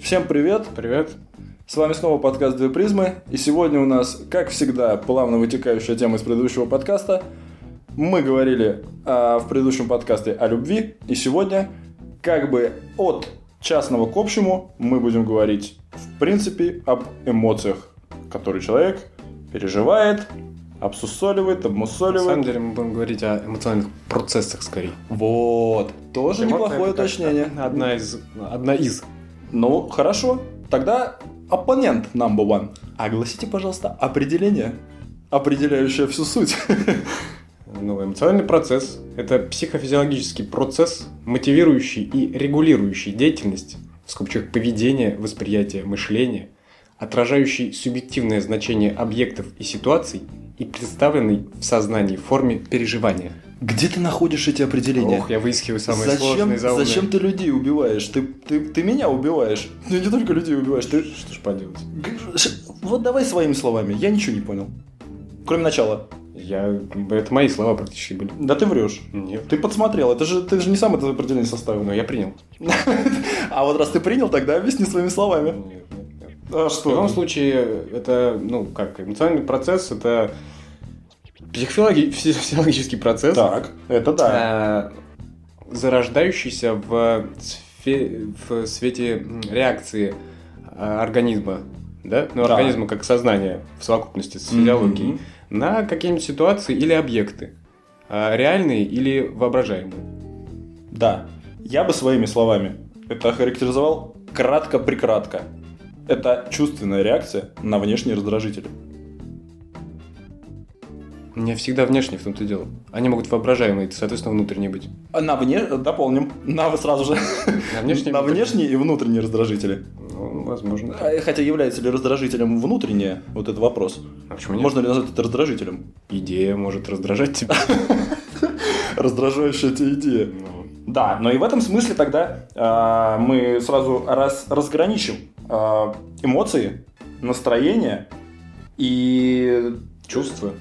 Всем привет! Привет. С вами снова подкаст «Две призмы». И сегодня у нас, как всегда, плавно вытекающая тема из предыдущего подкаста. Мы говорили а, в предыдущем подкасте о любви. И сегодня, как бы от частного к общему, мы будем говорить, в принципе, об эмоциях, которые человек переживает, обсусоливает, На самом обмусоливает. деле мы будем говорить о эмоциональных процессах скорее. Вот. Тоже Эмоции неплохое это как-то уточнение. Одна из... Одна из. Ну, хорошо. Тогда оппонент number one. Огласите, пожалуйста, определение, определяющее всю суть. Ну, эмоциональный процесс – это психофизиологический процесс, мотивирующий и регулирующий деятельность, в скобчах поведение, восприятие, мышление, отражающий субъективное значение объектов и ситуаций и представленный в сознании в форме переживания. Где ты находишь эти определения? Ох, я выискиваю самые Зачем, сложные заумные. зачем ты людей убиваешь? Ты, ты, ты меня убиваешь. Ну, не только людей убиваешь. Ты... Что ж поделать? Вот давай своими словами. Я ничего не понял. Кроме начала. Я... Это мои слова практически были. Да ты врешь. Нет. Ты подсмотрел. Это же, ты же не сам это определение составил. Ну, я принял. А вот раз ты принял, тогда объясни своими словами. Нет, нет, нет. А В любом что? случае, это, ну, как, эмоциональный процесс, это психофизиологи- физиологический процесс, Так, это да. э, зарождающийся в, сфе- в свете м, реакции э, организма, да? Ну, Да. организма как сознание в совокупности с физиологией, Мгм. на какие-нибудь ситуации или объекты, э, реальные или воображаемые. Да, я бы своими словами это охарактеризовал кратко-прикратко. Это чувственная реакция на внешние раздражители. Не всегда внешние в том-то и дело. Они могут воображаемые, соответственно, внутренние быть. А На вне... Дополним. На сразу же. На внешние? на внешние и внутренние раздражители. Ну, возможно. А, Хотя является ли раздражителем внутреннее, вот этот вопрос. А почему нет? Можно ли назвать это раздражителем? Идея может раздражать тебя. Раздражающая эти идея. Да, но и в этом смысле тогда а, мы сразу раз, разграничим а, эмоции, настроение и Чувства.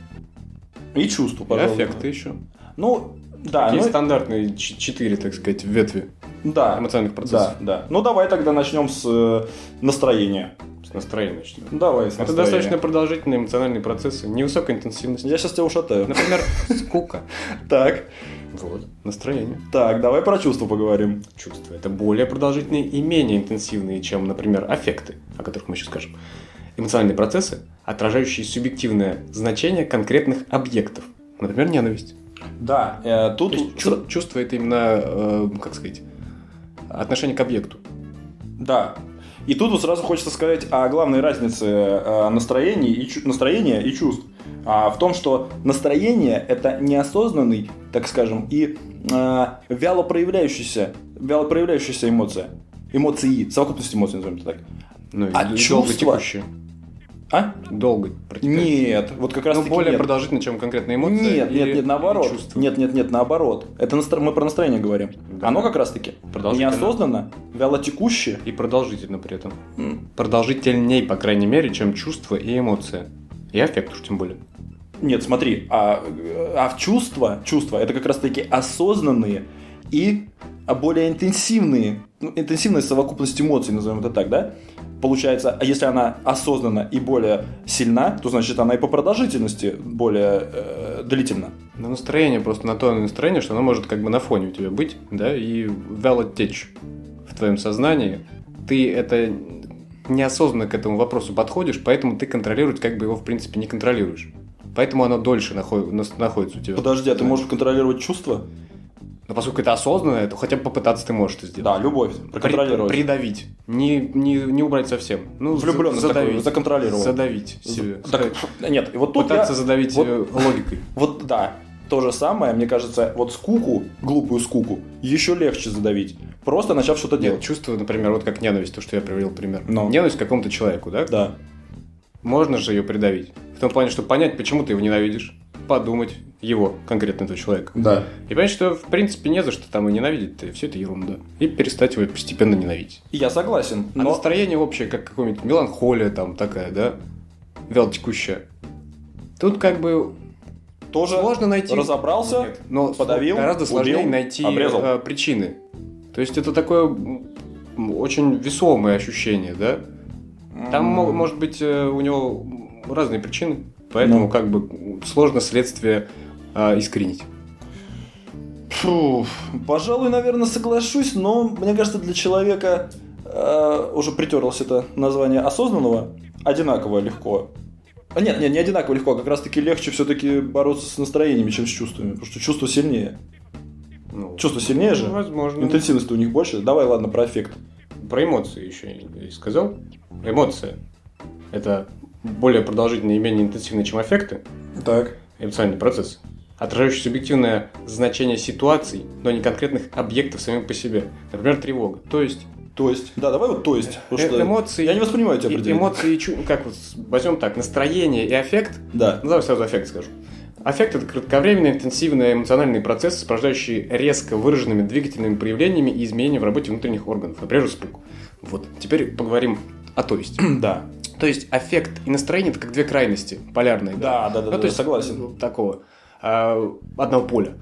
и чувства, И пожалуй. аффекты еще. Ну, да, Такие ну, стандартные ч- четыре, так сказать, ветви да, эмоциональных да, процессов. да. Ну, давай тогда начнем с э, настроения. С настроения начнем. Давай, с Это настроения. достаточно продолжительные эмоциональные процессы, невысокой интенсивности. Я сейчас тебя ушатаю. Например, скука. Так, Вот. Настроение. так, давай про чувства поговорим. Чувства. Это более продолжительные и менее интенсивные, чем, например, аффекты, о которых мы еще скажем. Эмоциональные процессы, отражающие субъективное значение конкретных объектов. Например, ненависть. Да, э, То тут... есть сра- чу- чувство это именно, э, как сказать, отношение к объекту. Да. И тут вот сразу хочется сказать о главной разнице э, настроений и чу- настроения и чувств. А, в том, что настроение это неосознанный, так скажем, и э, вяло проявляющийся, вяло проявляющаяся эмоция. Эмоции, совокупность эмоций, назовем это так. Ну, и А долго чувства? текущее. А? Долго протекающее. Нет, вот как раз Ну, таки более нет. продолжительно, чем конкретные эмоции. Нет, или- нет, нет, или наоборот. чувства. Нет, нет, нет, наоборот. Это настро- мы про настроение говорим. Да. Оно как раз таки Продолжительно. неосознанно, вяло текущее. И продолжительно при этом. Продолжительней, по крайней мере, чем чувства и эмоции. И аффект уж тем более. Нет, смотри, а, э, а в чувства, чувства это как раз таки осознанные и а, более интенсивные, ну, интенсивная совокупность эмоций, назовем это так, да? Получается, а если она осознанна и более сильна, то значит она и по продолжительности более э, длительна. Но настроение просто на то настроение, что оно может как бы на фоне у тебя быть, да, и вяло течь в твоем сознании. Ты это неосознанно к этому вопросу подходишь, поэтому ты контролировать как бы его в принципе не контролируешь. Поэтому оно дольше нахо- нас- находится у тебя. Подожди, а ты можешь контролировать чувства? Но поскольку это осознанно, то хотя бы попытаться ты можешь это сделать. Да, любовь, проконтролировать. При- придавить. Не, не, не убрать совсем. Ну, за- Влюблённость такую, задавить. законтролировал. задавить себе. Так, нет, и вот тут я- Пытаться задавить вот- э, логикой. Вот да, то же самое, мне кажется, вот скуку, глупую скуку, еще легче задавить, просто начав что-то Нет, делать. чувство, например, вот как ненависть, то, что я привел пример. Ну. Ненависть к какому-то человеку, да? Да. Можно же ее придавить. В том плане, что понять, почему ты его ненавидишь, подумать его, конкретно этого человека. Да. И понять, что в принципе не за что там и ненавидеть, и все это ерунда. И перестать его постепенно ненавидеть. Я согласен, А но настроение общее, как какое-нибудь меланхолия там такая, да? Вялотекущая. Тут как бы тоже Можно найти. разобрался, но подавил, гораздо сложнее убил, найти обрезал. э, причины. То есть это такое м, м, очень весомые ощущения, да? Там мо- может быть э, у него разные причины, поэтому Ну. как бы сложно следствие а, искоренить. Фу, пожалуй, наверное, соглашусь, но мне кажется, для человека э, уже притерлось это название осознанного одинаково легко. А, Нет, нет, не одинаково легко, а как раз таки легче все-таки бороться с настроениями, чем с чувствами, потому что чувство сильнее. Ну, Чувство сильнее же? ну, Возможно. Интенсивность у них больше. Давай, ладно, про эффект. Про эмоции еще я не сказал. Эмоции. Это более продолжительные и менее интенсивные, чем эффекты, Так. эмоциональный процесс, отражающий субъективное значение ситуаций, но не конкретных объектов самим по себе. Например, тревога. То есть То есть. Да, давай вот то есть. потому э- Ну что эмоции... Я не воспринимаю тебя э- определение. Эмоции, и чу- как вот, возьмем так, настроение и аффект Да. Ну, давай сразу аффект скажу. Аффект – это кратковременный, интенсивный эмоциональный процесс, порождающий резко выраженными двигательными проявлениями и изменениями в работе внутренних органов, например, испуг. Вот, теперь поговорим о то есть. Да. То есть аффект и настроение – это как две крайности, полярные. Да, да, да, Ну, да, то есть согласен. Такого, а, одного поля.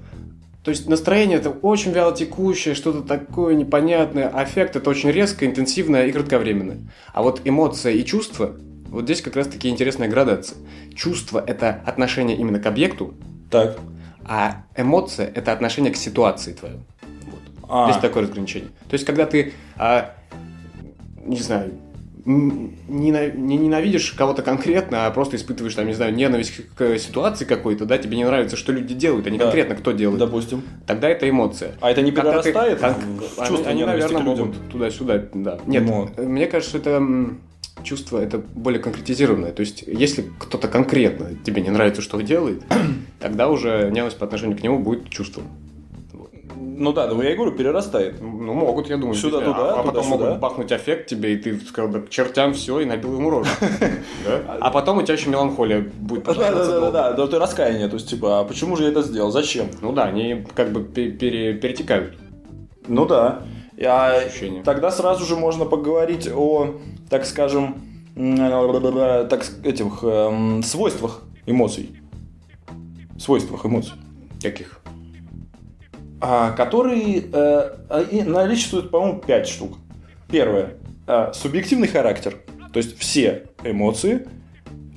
То есть настроение это очень вяло текущее, что-то такое непонятное. Аффект это очень резко, интенсивное и кратковременное. А вот эмоция и чувство, вот здесь как раз таки интересная градация. Чувство это отношение именно к объекту, Так. а эмоция это отношение к ситуации твоей. А, Здесь такое разграничение. То есть, когда ты, а, не знаю, н- нена- не ненавидишь кого-то конкретно, а просто испытываешь, там, не знаю, ненависть к- к ситуации какой-то, да, тебе не нравится, что люди делают, а не Да. конкретно кто делает. допустим. Тогда это эмоция. А это не Когда ты- перерастает кон- в они- чувство они, ненависти наверное, к людям? могут туда-сюда, да. Нет, Ну. э, мне кажется, это м, чувство это более конкретизированное. То есть, если кто-то конкретно тебе не нравится, что делает, тогда уже ненависть по отношению к нему будет чувством. Ну да, ну я и говорю, перерастает. Ну, могут, я думаю. Сюда, действительно. туда, а, а потом туда, сюда. могут бахнуть аффект тебе, и ты сказал, да, к чертям все, и набил ему рожу. Да? А потом у тебя еще меланхолия будет Да, да, продолжаться да, да, долго. да, да, ты раскаяние, то есть, типа, а почему же я это сделал, зачем? Ну да, они как бы пе- пере- перетекают Ну да. Я... ощущения. А Тогда сразу же можно поговорить о, так скажем, м, э, так с- этих эм, свойствах эмоций. Свойствах эмоций. Каких? А, которые э, а, и наличествуют, по-моему, пять штук. Первое. а, субъективный характер. То есть все эмоции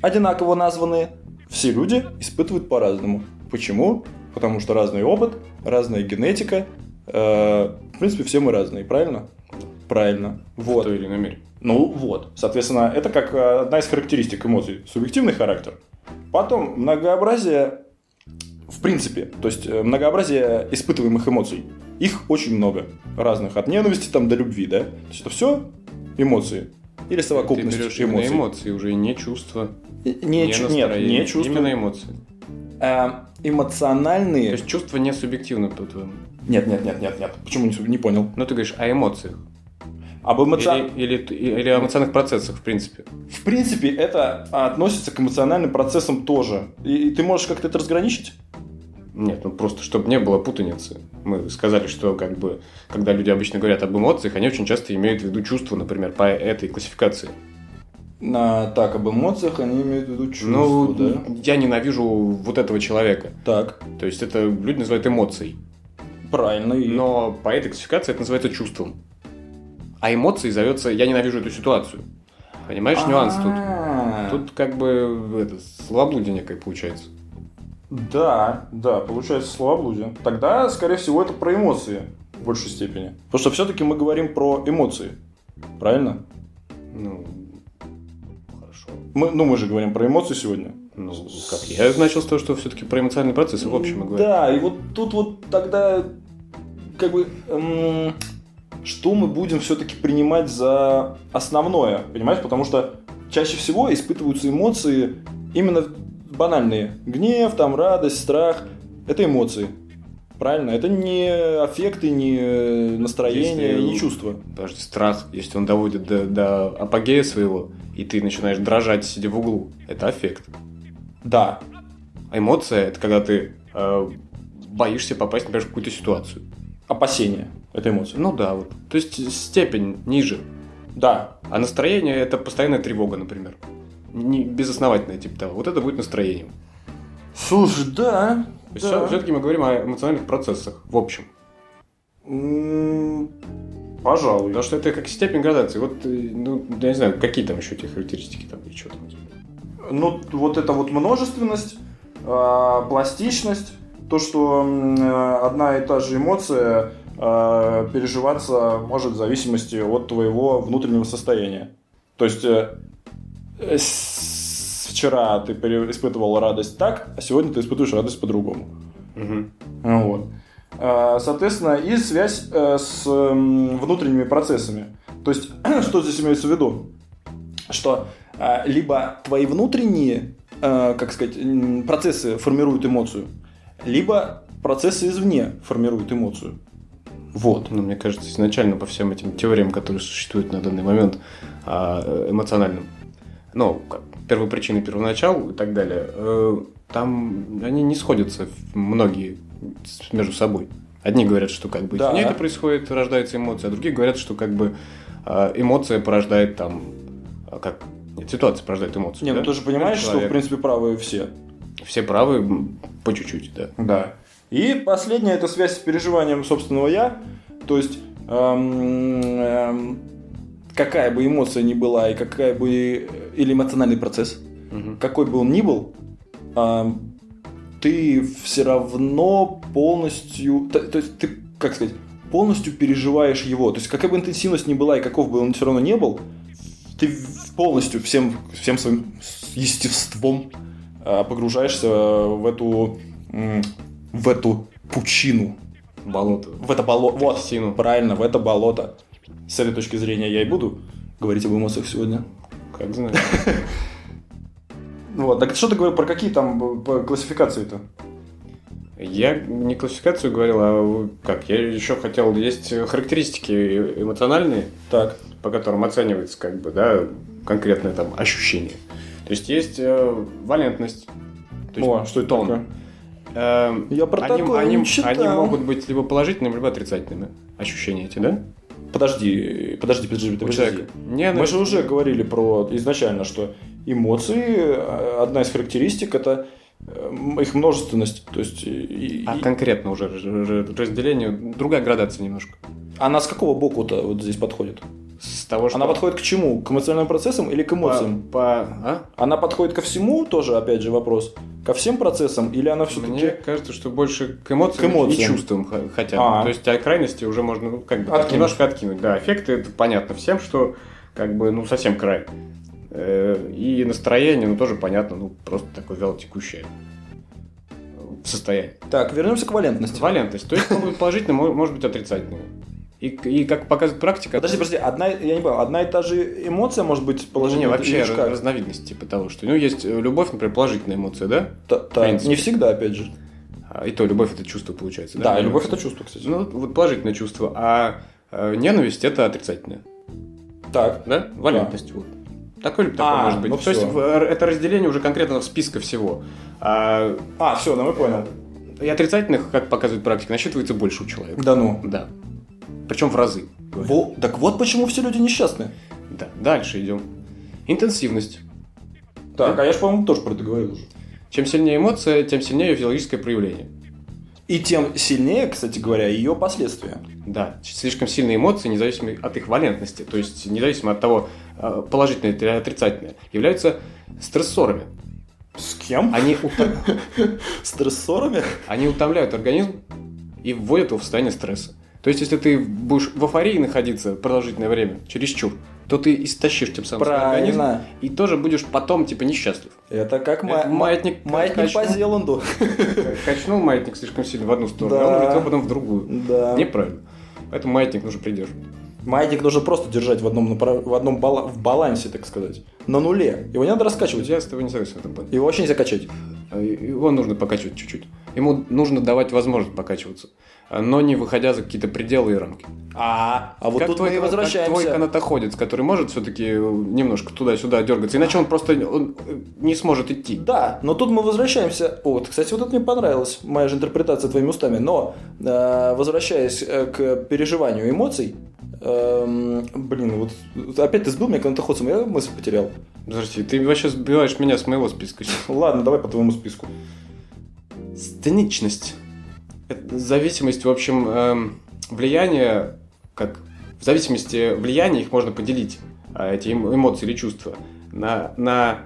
одинаково названы, все люди испытывают по-разному. Почему? Потому что разный опыт, разная генетика. э, в принципе, все мы разные, правильно? Правильно. В Вот. той или иной мере. Ну вот, соответственно, это как э, одна из характеристик эмоций. Субъективный характер. Потом многообразие, в принципе, то есть э, многообразие испытываемых эмоций. Их очень много разных, от ненависти там до любви, да? То есть это все эмоции или Ты совокупность берешь именно эмоций. эмоции, уже и не чувства, И- Не, чу- нет, настроение. не чувства. Именно эмоции. А, эмоциональные. То есть чувства не субъективны, по-твоему. Нет, нет, нет, нет, нет. Почему не, су- не понял? Ну, ты говоришь о эмоциях. Об эмоци- Или, или, или о эмоциональных процессах, в принципе. В принципе, это относится к эмоциональным процессам тоже. И- и ты можешь как-то это разграничить? Нет, ну просто чтобы не было путаницы. Мы сказали, что как бы, когда люди обычно говорят об эмоциях, они очень часто имеют в виду чувства, например, по этой классификации. На, так, об эмоциях они имеют в виду чувства, ну, да? я ненавижу вот этого человека. Так, То есть это люди называют эмоцией. правильно. И... Но по этой классификации это называется чувством. А эмоцией зовется «я ненавижу эту ситуацию». Понимаешь, нюанс тут? А, Тут как бы это, словоблудие некое получается. Да, да, получается словоблудие. Тогда, скорее всего, это про эмоции в большей степени. Потому что все-таки мы говорим про эмоции, правильно? Ну, хорошо. Мы, ну, мы же говорим про эмоции сегодня. Ну, как я начал с того, что все-таки про эмоциональный процесс, в общем, мы говорим. Да, и вот тут вот тогда как бы эм, что мы будем все-таки принимать за основное, понимаешь? Потому что чаще всего испытываются эмоции именно банальные. Гнев, там, радость, страх. Это эмоции. Правильно? Это не аффекты, не настроение, Если- не чувства. Потому что страх, если он доводит до, до апогея своего, и ты начинаешь дрожать, сидя в углу, это аффект. Да. А эмоция – это когда ты э, боишься попасть, например, в какую-то ситуацию. Опасения. Это эмоции. Ну да, вот. То есть степень ниже. Да. А настроение – это постоянная тревога, например. Не, безосновательная, типа того. Вот это будет настроением. Слушай, да. То есть да. все-таки мы говорим о эмоциональных процессах, в общем. М, Пожалуй. Потому что это как степень градации. Вот, э, ну, я не знаю, какие там еще эти характеристики там или что там. у тебя. Ну, вот это вот множественность, э, пластичность, то, что м, э, одна и та же эмоция э, переживаться может в зависимости от твоего внутреннего состояния. То есть э, э, с- вчера ты пере- испытывал радость так, а сегодня ты испытываешь радость по-другому. Ну Вот. Э, Соответственно, и связь э, с м, внутренними процессами. То есть, что здесь имеется в виду? Что а, либо твои внутренние, э, как сказать, м, процессы формируют эмоцию, либо процессы извне формируют эмоцию. Вот. Ну, мне кажется, изначально по всем этим теориям, которые существуют на данный момент, а, э, эмоциональным, ну, как первопричины, первоначал и так далее, э, там они не сходятся в- многие с- между собой. Одни говорят, что как бы Да. извне это происходит, рождается эмоция, а другие говорят, что как бы э, эмоция порождает там, а, как нет, ситуация порождает эмоцию. Не, да? ну ты же понимаешь, что в Человек. принципе правы все. Все правы м, по чуть-чуть, да. Да. И последняя это связь с переживанием собственного я. То есть Эм, эм, какая бы эмоция ни была и какая бы э, или эмоциональный процесс, какой бы он ни был, эм, ты все равно полностью, т- то, есть ты, как сказать, полностью переживаешь его. То есть какая бы интенсивность ни была и каков бы он все равно не был, ты в- полностью всем, всем своим с- естеством э, погружаешься в эту, м, в эту пучину, Болото. в это болото. Вот, Трясину. правильно, в это болото. С этой точки зрения я и буду говорить об эмоциях сегодня. Как знаешь. Вот, так что ты говорил про какие там б- б- классификации-то? Я не классификацию говорил, а как, я еще хотел, есть характеристики эмоциональные, Так, по которым оценивается как бы, да, конкретное там ощущение. То есть есть э, валентность. То есть О, что это тон. такое? Эм, Я про такое не читал. они могут быть либо положительными, либо отрицательными ощущения эти, да? подожди, подожди, подожди, У подожди. человека. Ненависть. Мы же уже говорили про изначально, что эмоции, э, одна из характеристик это эм, их множественность. То есть, и- и- А конкретно уже р- р- разделение, другая градация немножко. она с какого боку-то вот здесь подходит? С того, что... Она подходит к чему? К эмоциональным процессам или к по, эмоциям? по- а? Она подходит ко всему, тоже, опять же, вопрос. Ко всем процессам или она Мне все-таки... кажется, что больше к эмоциям, К эмоциям. и чувствам х- хотя бы. А. То есть, а крайности уже можно ну, как бы так Откинуть. немножко откинуть. Да, эффекты это понятно всем, что как бы ну совсем край. Э, И настроение, ну тоже понятно, ну просто такое вялотекущее состояние. Так, вернемся к валентности. Валентность, то есть он будет положительным, мо- может быть отрицательным. И, и как показывает практика, Подожди, подожди, одна, я не понял, одна и та же эмоция может быть положение положительная? вообще или же как? раз- разновидность типа того, что ну есть э, любовь, например, положительная эмоция, да? Та- та- принципе. не всегда, опять же. А, И то любовь это чувство получается, да? Да, Наверное, любовь это чувство, кстати. Ну, вот положительное чувство, а э, ненависть это отрицательное. так, Да? Валентность. Вот. Такой или А, может быть. ну то есть всё. в- э, это разделение уже конкретно в списка всего. А, а, все, ну мы понял. и отрицательных, как показывает практика, насчитывается больше у человека. Да ну. Да. Причем в разы. говорю. Во- так вот почему все люди несчастны. Да. Дальше идем. Интенсивность. Так, а я же, по-моему, тоже про это говорил уже. Чем сильнее эмоция, тем сильнее ее физиологическое проявление. И тем сильнее, кстати говоря, ее последствия. Да, слишком сильные эмоции, независимо от их валентности, то есть независимо от того, э, положительное или отрицательное, являются стрессорами. С кем? Они ута- А Стрессорами? Они утомляют организм и вводят его в состояние стресса. То есть, если ты будешь в эйфории находиться продолжительное время, чересчур, то ты истощишь тем самым свой организм Правильно. и тоже будешь потом, типа, несчастлив. Это как ма- Это маятник, маятник по качнул, Зеланду. качнул маятник слишком сильно в одну сторону, Да. а он улетел потом в другую. Да. Неправильно. Поэтому маятник нужно придерживать. Маятник нужно просто держать в одном, направ- в одном бала- в балансе, так сказать. На нуле. Его не надо раскачивать. Я с тобой не согласен в этом плане. Его вообще нельзя качать. Э, Его нужно покачивать чуть-чуть. Ему нужно давать возможность покачиваться, э, но не выходя за какие-то пределы и рамки. А, а вот как тут твой, мы и как твой возвращаемся. канатоходец, который может все-таки немножко туда-сюда дергаться, иначе он просто он э, не сможет идти. Да, но тут мы возвращаемся. Вот, кстати, вот это мне понравилось, моя же интерпретация твоими устами. Но э, возвращаясь э, к переживанию эмоций, эм, блин, вот опять ты сбил меня канатоходцем, я мысль потерял. Подожди, ты вообще сбиваешь меня с моего списка. сейчас. Ладно, давай по твоему списку. Сценичность. Это зависимость, в общем, эм, влияние как в зависимости влияния их можно поделить, а, эти эмоции или чувства, на, на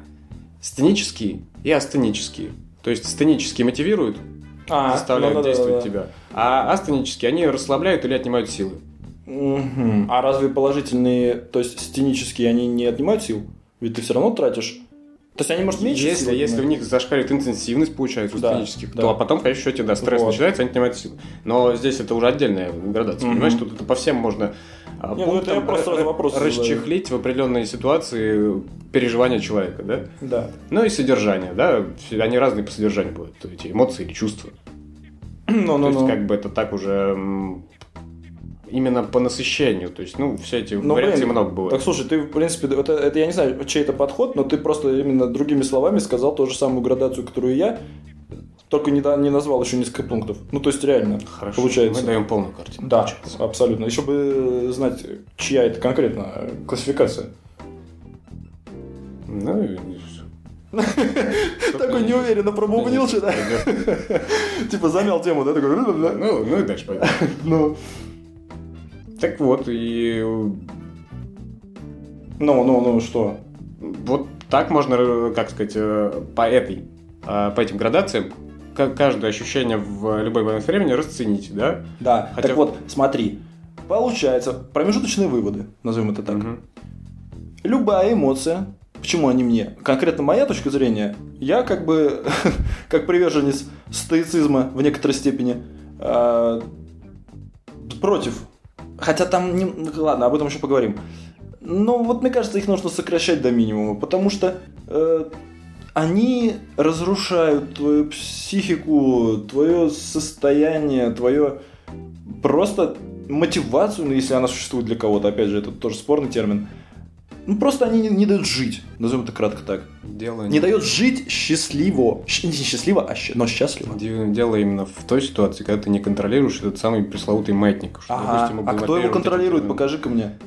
сценические и астенические. То есть сценические мотивируют, А, заставляют ну да, да, действовать да. тебя, а астенические они расслабляют или отнимают силы. Мгм. А разве положительные, то есть стенические, они не отнимают сил? Ведь ты все равно тратишь. То есть они, может, меньше Если, сил если у отнимают? них зашкаливает интенсивность, получается, у Да, сценических, да. то а потом, конечно, счете, да, стресс Вот. начинается, они отнимают силы. Но здесь это уже отдельная градация, Мгм. понимаешь, тут это по всем можно а, Не, ну это я пунктам просто ра- сразу вопрос задаю. расчехлить в определенные ситуации переживания человека, да? Да. Ну и содержание, да, они разные по содержанию будут, то эти эмоции или чувства. Ну, то ну, есть, ну. как бы это так уже м, именно по насыщению, то есть, ну, все эти Ну, вариации блин, много было. Так слушай, ты, в принципе, это, это я не знаю, чей это подход, но ты просто именно другими словами сказал ту же самую градацию, которую я, только не, да- не назвал еще несколько пунктов. Ну, то есть реально. Хорошо, получается. мы даем полную картину. Да, получается. абсолютно. Еще бы знать, чья это конкретно э, классификация. Ну, и всё. Такой неуверенно пробубнил что-то. Типа замял тему, да? Такой, «Ра-ра-ра». Ну, ну и дальше пойдем. Ну, Так вот, и э, ну, ну, ну, что? вот так можно, э, как сказать, э, по этой, э, по этим градациям, ка- каждое ощущение в любой момент времени расценить, да? Да, Хотя- так вот, смотри. Получается, промежуточные выводы, назовем это так. Мгм. Любая эмоция, почему они мне? Конкретно моя точка зрения, я как бы, как приверженец стоицизма в некоторой степени, э, против. Хотя там, не- ну, ладно, об этом еще поговорим. Но вот мне кажется, их нужно сокращать до минимума, потому что э, они разрушают твою психику, твое состояние, твое просто мотивацию, ну, если она существует для кого-то, опять же, это тоже спорный термин. Ну, просто они не, не дают жить, назовем это кратко так. Дело Не дает жить счастливо. Щ- не счастливо, а щ- но счастливо. Ди- Дело именно в той ситуации, когда ты не контролируешь этот самый пресловутый маятник. что, Ага, допустим, а обыватель кто его вот этим, контролирует, э, покажи-ка мне.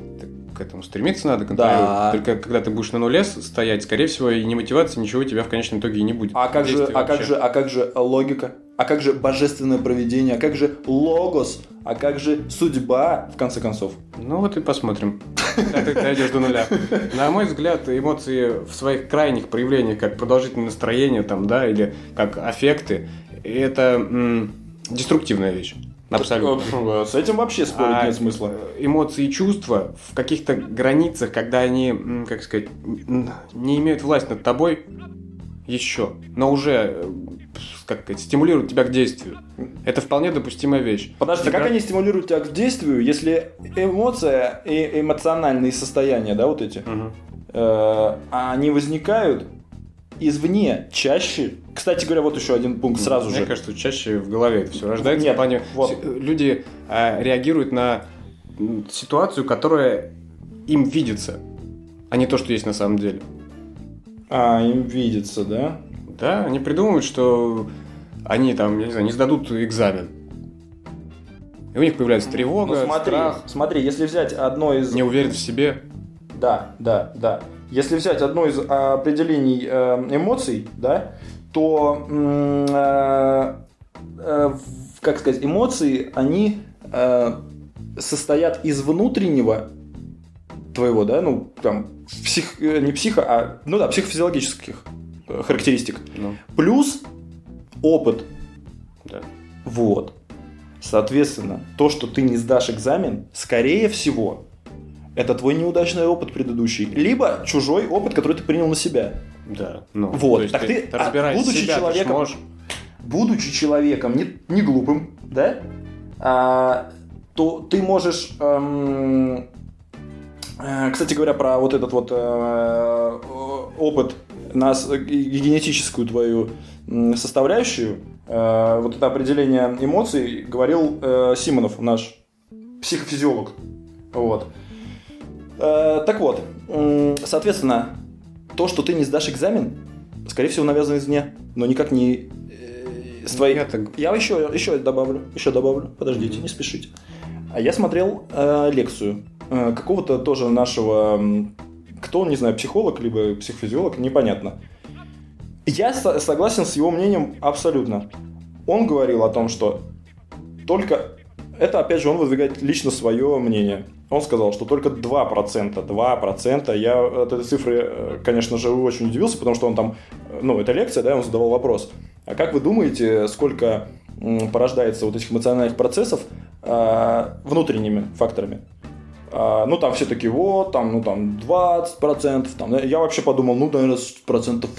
К этому стремиться надо контролировать. Да. Только когда ты будешь на нуле с- стоять, скорее всего, и ни мотивации, ничего у тебя в конечном итоге и не будет. А как же, Действий а как вообще. же, а как же логика? А как же божественное проведение? А как же логос? А как же судьба, в конце концов? Ну вот и посмотрим. Когда ты дойдешь до нуля. На мой взгляд, эмоции в своих крайних проявлениях, как продолжительное настроение, там, да, или как аффекты, это м, деструктивная вещь. Абсолютно. С этим вообще спорить А нет смысла. Эмоции и чувства в каких-то границах, когда они, м, как сказать, м, не имеют власть над тобой еще, но уже э, как сказать, стимулируют тебя к действию. Это вполне допустимая вещь. Подожди, а как Игра- они стимулируют тебя к действию, если эмоция и эмоциональные состояния, да, вот эти, Мгм. э, они возникают извне чаще. Кстати говоря, вот еще один пункт сразу Мне же. кажется, чаще в голове это все рождается. Нет, в плане вот. с- Люди э, реагируют на м, ситуацию, которая им видится, а не то, что есть на самом деле. А, им видится, да? Да, они придумывают, что они там, я не знаю, не сдадут экзамен. И у них появляется тревога, Ну, смотри, страх, смотри, если взять одно из... неуверенность в себе. Да, да, да. Если взять одно из а, определений э, эмоций, да, то, м, э, э, в- как сказать, эмоции, они э, состоят из внутреннего твоего, да, ну, там, псих, э, не психо, а, ну да, психофизиологических э, характеристик. Ну, Плюс опыт. да. Вот. Соответственно, то, что ты не сдашь экзамен, скорее всего, это твой неудачный опыт предыдущий, либо чужой опыт, который ты принял на себя. Да. Ну, Вот, то есть так ты, ты, а, разбираешь будучи себя, ты ж человеком- можешь. Будучи человеком не, не глупым, да, а, то ты можешь, эм, э, кстати говоря, про вот этот вот э, о- опыт нас э, г- генетическую твою м, составляющую, э, вот это определение эмоций говорил э, Симонов, наш психофизиолог. Вот. Э, так вот, м, соответственно, то, что ты не сдашь экзамен, скорее всего, навязано извне, но никак не э, с твоей... Я так- Я еще, еще добавлю, еще добавлю. Подождите, Мгм. не спешите. А я смотрел э, лекцию э, какого-то тоже нашего, м, кто он, не знаю, психолог либо психофизиолог, непонятно. Я со- согласен с его мнением абсолютно. Он говорил о том, что только Это, опять же, он выдвигает лично свое мнение. Он сказал, что только 2%, 2%. Я от этой цифры, э, конечно же, очень удивился, потому что он там, ну, это лекция, да, он задавал вопрос. А как вы думаете, сколько порождается вот этих эмоциональных процессов э, внутренними факторами? ну, там все такие, вот, там, ну, там, 20%, там, я вообще подумал, ну, наверное, процентов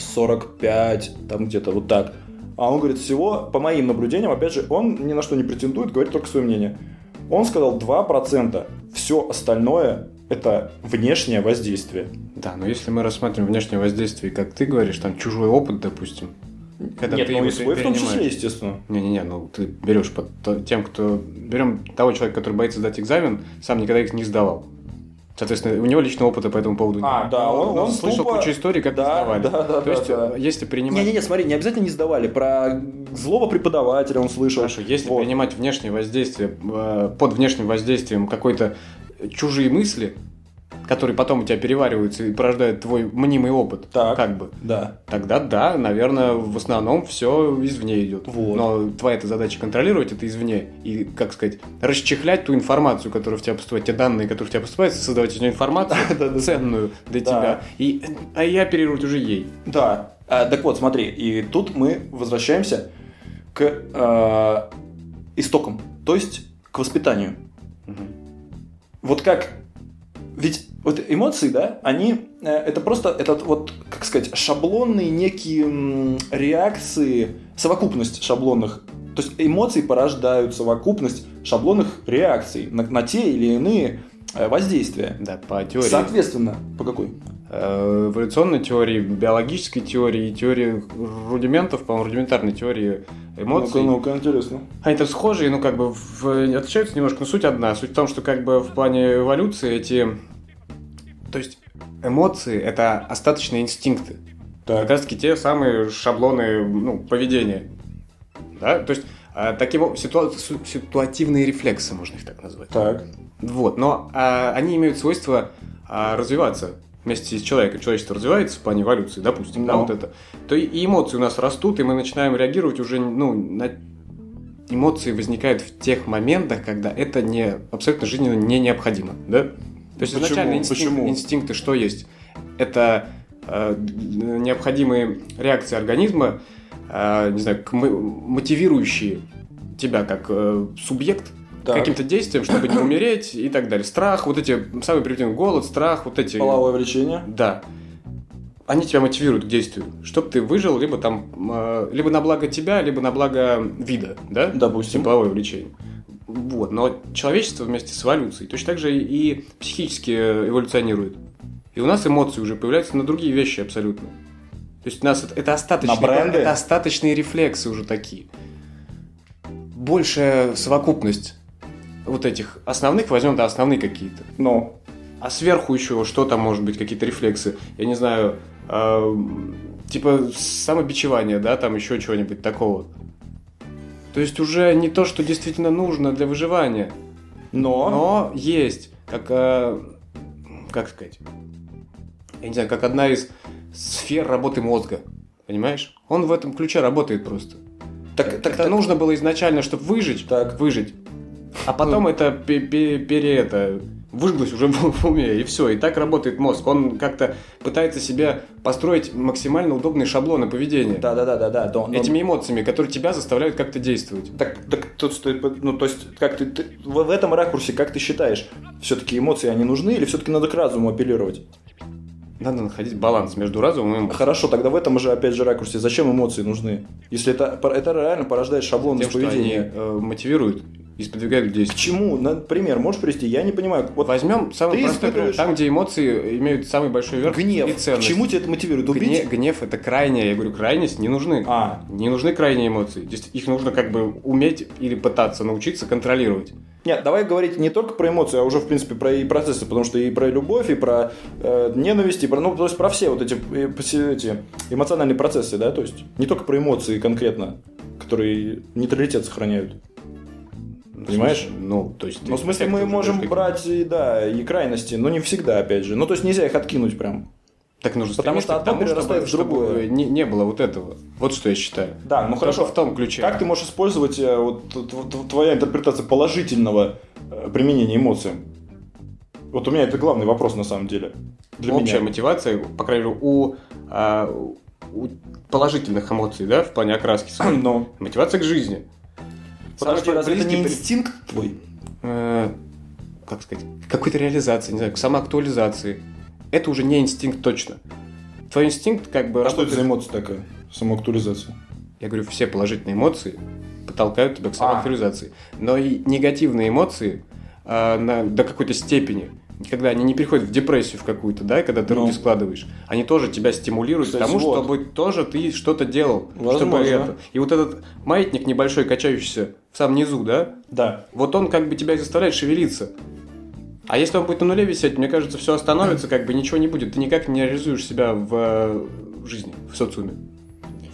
45, там, где-то вот так. А он говорит, всего, по моим наблюдениям, опять же, он ни на что не претендует, говорит только свое мнение. Он сказал 2%, все остальное это внешнее воздействие. Да, но если мы рассматриваем внешнее воздействие, как ты говоришь, там чужой опыт, допустим, когда Нет, ты ну и свой в том числе, естественно. Не-не-не, ну ты берешь под тем, кто... Берем того человека, который боится сдать экзамен, сам никогда их не сдавал. Соответственно, у него личного опыта по этому поводу нет. А, да, он, он, он слышал тупо... кучу историй, как да, сдавали. Да, да, То да, есть, да. если принимать... Не-не-не, смотри, не обязательно не сдавали. Про злого преподавателя он слышал. Хорошо, если вот. принимать внешнее воздействие, э, под внешним воздействием какой-то чужие мысли, которые потом у тебя перевариваются и порождают твой мнимый опыт, так, как бы. Да. Тогда да, наверное, в основном все извне идет. Вот. Но твоя эта задача контролировать это извне и, как сказать, расчехлять ту информацию, которая в тебя поступает, те данные, которые в тебя поступают, создавать из нее информацию ценную для тебя, и, а и оперировать уже ей. Да. А, так вот, смотри, и тут мы возвращаемся к э, истокам, то есть к воспитанию. Угу. Вот как ведь вот эмоции, да, они э, это просто этот вот, как сказать, шаблонные некие реакции, совокупность шаблонных. То есть эмоции порождают совокупность шаблонных реакций на, на те или иные э, воздействия. Да, по теории. Э, Соответственно, по какой? эволюционной теории, биологической теории, теории рудиментов, по-моему, рудиментарной теории эмоций. Ну-ка, ну-ка, интересно. Они там схожие, ну как бы в... отличаются немножко, но суть одна. Суть в том, что как бы в плане эволюции эти... То есть эмоции — это остаточные инстинкты. Так. Как раз таки те самые шаблоны ну, поведения. Да? То есть а, таким ситуа... ситуативные рефлексы, можно их так назвать. Так. Вот, но а, они имеют свойство а, развиваться вместе с человеком, человечество развивается в плане эволюции, допустим, да, вот это, то и эмоции у нас растут, и мы начинаем реагировать уже, ну, на эмоции возникают в тех моментах, когда это не абсолютно жизненно не необходимо, да? То есть Почему? изначально инстинкт, Почему? инстинкты что есть? Это э, необходимые реакции организма, э, не знаю, к, мотивирующие тебя как э, субъект Так. каким-то действием, чтобы не умереть и так далее. Страх, вот эти самые примитивные голод, страх, вот эти Половое влечение. да. Они тебя мотивируют к действию, чтобы ты выжил, либо там, э, либо на благо тебя, либо на благо вида, да? Допустим. Тепловое влечение. Вот, но человечество вместе с эволюцией точно так же и психически эволюционирует. И у нас эмоции уже появляются на другие вещи абсолютно. То есть у нас это, это остаточные, На бренды? это остаточные рефлексы уже такие. Большая совокупность вот этих основных, возьмем, да, основные какие-то. Ну, А сверху еще что там может быть, какие-то рефлексы, я не знаю, э, типа самобичевание, да, там еще чего-нибудь такого. То есть уже не то, что действительно нужно для выживания, но... но есть, как, э, как сказать, я не знаю, как одна из сфер работы мозга, понимаешь? Он в этом ключе работает просто. Так, Так, так, ну, это так, нужно было изначально, чтобы выжить, Так. выжить. А Ну. потом это пе- пе- пере это выжглось уже в, в уме, и все. И так работает мозг. Он как-то пытается себе построить максимально удобные шаблоны поведения. Да, да, да, да, да. да, ну, но- Этими эмоциями, которые тебя заставляют как-то действовать. Так, так тут стоит, под- ну, то есть, как ты, ты- в, в этом ракурсе, как ты считаешь, все-таки эмоции, они нужны или все-таки надо к разуму апеллировать? Надо находить баланс между разумом и эмоциями. Хорошо, тогда в этом же, опять же, ракурсе, зачем эмоции нужны? Если это, это реально порождает шаблон Тем, что они поведения. э, мотивируют и сподвигают к К действию. чему? На- пример можешь привести? Я не понимаю. Вот Возьмем самый Ты простой пример, испытываешь- там, где эмоции имеют самый большой верх и гнев. К ценность. чему тебя это мотивирует? Убить? Гне- гнев это крайняя, я говорю, крайность не нужны. А, Не нужны крайние эмоции. Здесь их нужно как бы уметь или пытаться научиться контролировать. нет, давай говорить не только про эмоции, а уже, в принципе, про и процессы, потому что и про любовь, и про э, ненависть, и про, ну, то есть про все вот эти, э, посе- эти эмоциональные процессы, да, то есть не только про эмоции конкретно, которые нейтралитет сохраняют. Понимаешь? Ну, то есть... Ну, в смысле, мы можем брать, и, да, и крайности, но не всегда, опять же. Ну, то есть нельзя их откинуть прям. Так нужно Потому что стремиться к одно тому, чтобы- перерастает в чтобы другое. не, не было вот этого. Вот что я считаю. Да, ну Только хорошо. В том ключе. Как ты можешь использовать э, вот, т- т- твоя интерпретация положительного э, применения эмоциям? Вот у меня это главный вопрос на самом деле. Для Общая меня. мотивация, по крайней мере, у, а, у положительных эмоций, да, в плане окраски своей. Но Мотивация к жизни. Потому Подожди, что разве это подожди, не при- инстинкт твой? э, как сказать, какой-то реализации, не знаю, к самоактуализации. Это уже не инстинкт точно. Твой инстинкт как бы А что это работает- за эмоция такая? Самоактуализация. Я говорю, все положительные эмоции потолкают А. тебя к самоактуализации. Но и негативные эмоции а, на- до какой-то степени, когда они не переходят в депрессию в какую-то, да, когда ты Ну. руки складываешь, они тоже тебя стимулируют Кстати, к тому, вот. чтобы тоже ты что-то делал. чтобы Возможно. это- И вот этот маятник небольшой, качающийся в самом низу, да, Да. вот он как бы тебя и заставляет шевелиться. А если он будет на нуле висеть, мне кажется, все остановится, как бы ничего не будет. Ты никак не реализуешь себя в э, жизни, в социуме,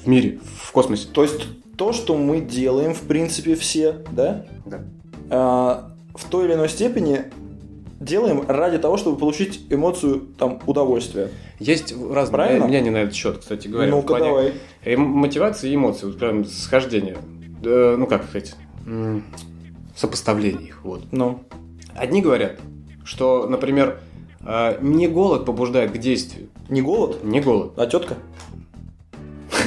в мире, в космосе. То есть то, что мы делаем, в принципе, все, да, Да. а, в той или иной степени делаем ради того, чтобы получить эмоцию там удовольствия. Есть разные Правильно? мнения на этот счет, кстати говоря. в Ну-ка плане давай. эм- мотивации и эмоций, вот прям схождение. Э, ну как сказать, м, сопоставление их, вот. Ну. Одни говорят, что, например, э, не голод побуждает к действию, Не голод, не голод, а тетка?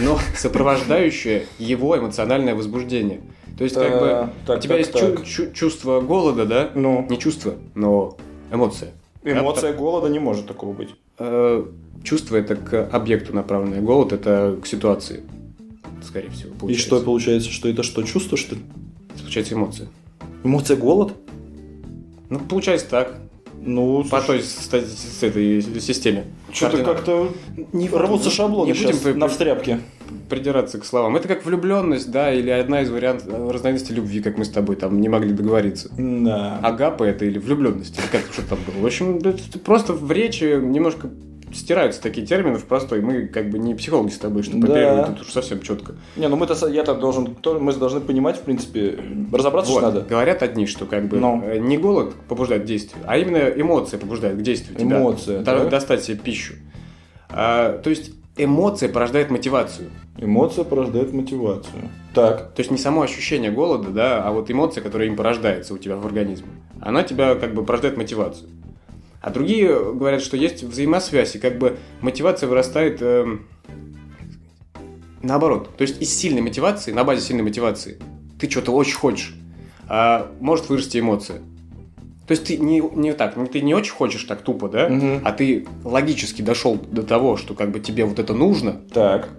но сопровождающее его эмоциональное возбуждение. То есть, как Э, А, бы, у тебя есть чу- чу- чувство голода, да? Ну, Не чувство, но эмоция. эмоция голода не может такого быть. Э, Чувство это к объекту направленное, голод это к ситуации, скорее всего. И Получается. что получается, что это что, чувство, что ли? Получается эмоция. Эмоция голод? Ну, получается так. Ну, По той ста- с этой системе. что-то координат. как-то Не рвутся будем- шаблоны не будем сейчас при- на встряпке. придираться к словам. Это как влюбленность, да, или одна из вариантов э, разновидностей любви, как мы с тобой там не могли договориться. Да. Агапа это или влюбленность, или как что там было. В общем, это просто в речи немножко стираются такие термины в простой. Мы как бы не психологи с тобой, что Да. попиливаем тут уж совсем четко. Не, ну мы-то, со- я-то должен, то- мы должны понимать, в принципе, разобраться Вот. же надо. Говорят одни, что как бы Но. э, не голод побуждает к действию, а именно эмоция побуждает к действию тебя. Эмоция, До- да? Достать себе пищу. А, то есть эмоция порождает мотивацию. Эмоция порождает мотивацию. Так. То есть не само ощущение голода, да, а вот эмоция, которая им порождается у тебя в организме. Она тебя как бы порождает мотивацию. А другие говорят, что есть взаимосвязь, и как бы мотивация вырастает эм, наоборот. То есть из сильной мотивации, на базе сильной мотивации, ты что-то очень хочешь, а может вырасти эмоция. То есть ты не, не так, ну, ты не очень хочешь так тупо, да, Мгм. а ты логически дошел до того, что как бы тебе вот это нужно, Так.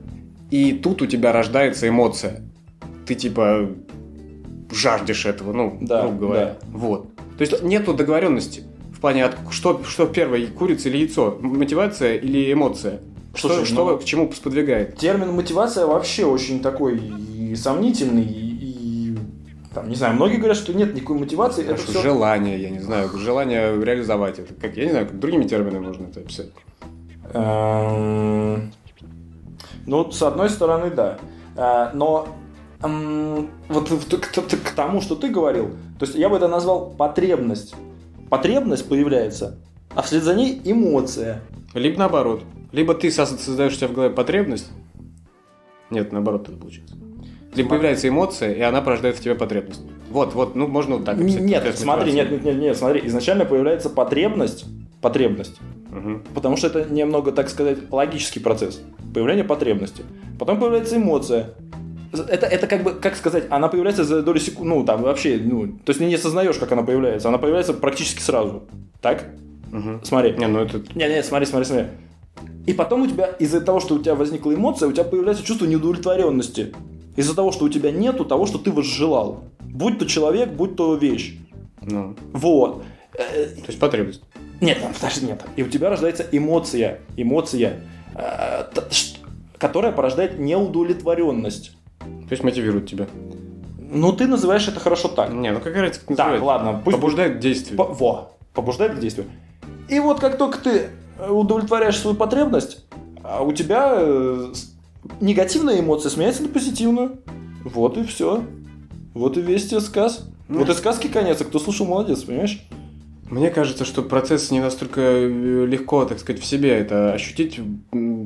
и тут у тебя рождается эмоция. Ты типа жаждешь этого, ну, Да, грубо говоря. Вот. То есть нету договоренности в плане, от- что, что первое, курица или яйцо, мотивация или эмоция. Слушай, что, что ну- к чему сподвигает? Термин мотивация вообще очень такой и сомнительный, и, и, там, не знаю, многие говорят, что нет никакой мотивации, это Хорошо, все... Желание, я не знаю, желание реализовать это. Как, я не знаю, как другими терминами можно это описать. Эм, Ну, с одной стороны, да. А, Но эм, вот в- к- к к тому, что ты говорил, то есть я бы это назвал потребность. Потребность появляется, а вслед за ней эмоция. Либо наоборот. Либо ты созда- создаешь у себя в голове потребность. Нет, наоборот это получается. Либо появляется эмоция, и она порождает в тебе потребность. Вот, вот, ну можно вот так Н- описать. Нет, Потребность смотри, нет, мотивации. нет, нет, нет, смотри, изначально появляется потребность, потребность, Мгм. потому что это немного, так сказать, логический процесс, появление потребности. Потом появляется эмоция. Это, это как бы, как сказать, она появляется за долю секунд, ну, там вообще, ну, то есть не осознаешь, как она появляется, она появляется практически сразу. Так? Мгм. Смотри. Не, ну это... Не, не, смотри, смотри, смотри. И потом у тебя, из-за того, что у тебя возникла эмоция, у тебя появляется чувство неудовлетворенности. Из-за того, что у тебя нету того, что ты возжелал. Будь то человек, будь то вещь. Ну, Вот. Э, то есть потребность. Нет, нет, подожди, нет. И у тебя рождается эмоция. Эмоция, э, т- ш- которая порождает неудовлетворенность. То есть мотивирует тебя. Ну, ты называешь это хорошо так. Не, ну какая разница, Так, как называется? ладно, пусть Побуждает к действию. По- во, побуждает к действию. И вот как только ты э, удовлетворяешь свою потребность, а у тебя э, с- негативная эмоция сменяется на позитивную. Вот и все. Вот и весь тебе сказ. Ну. Вот и сказки конец, а кто слушал, молодец, понимаешь? Мне кажется, что процесс не настолько э, легко, так сказать, в себе это ощутить.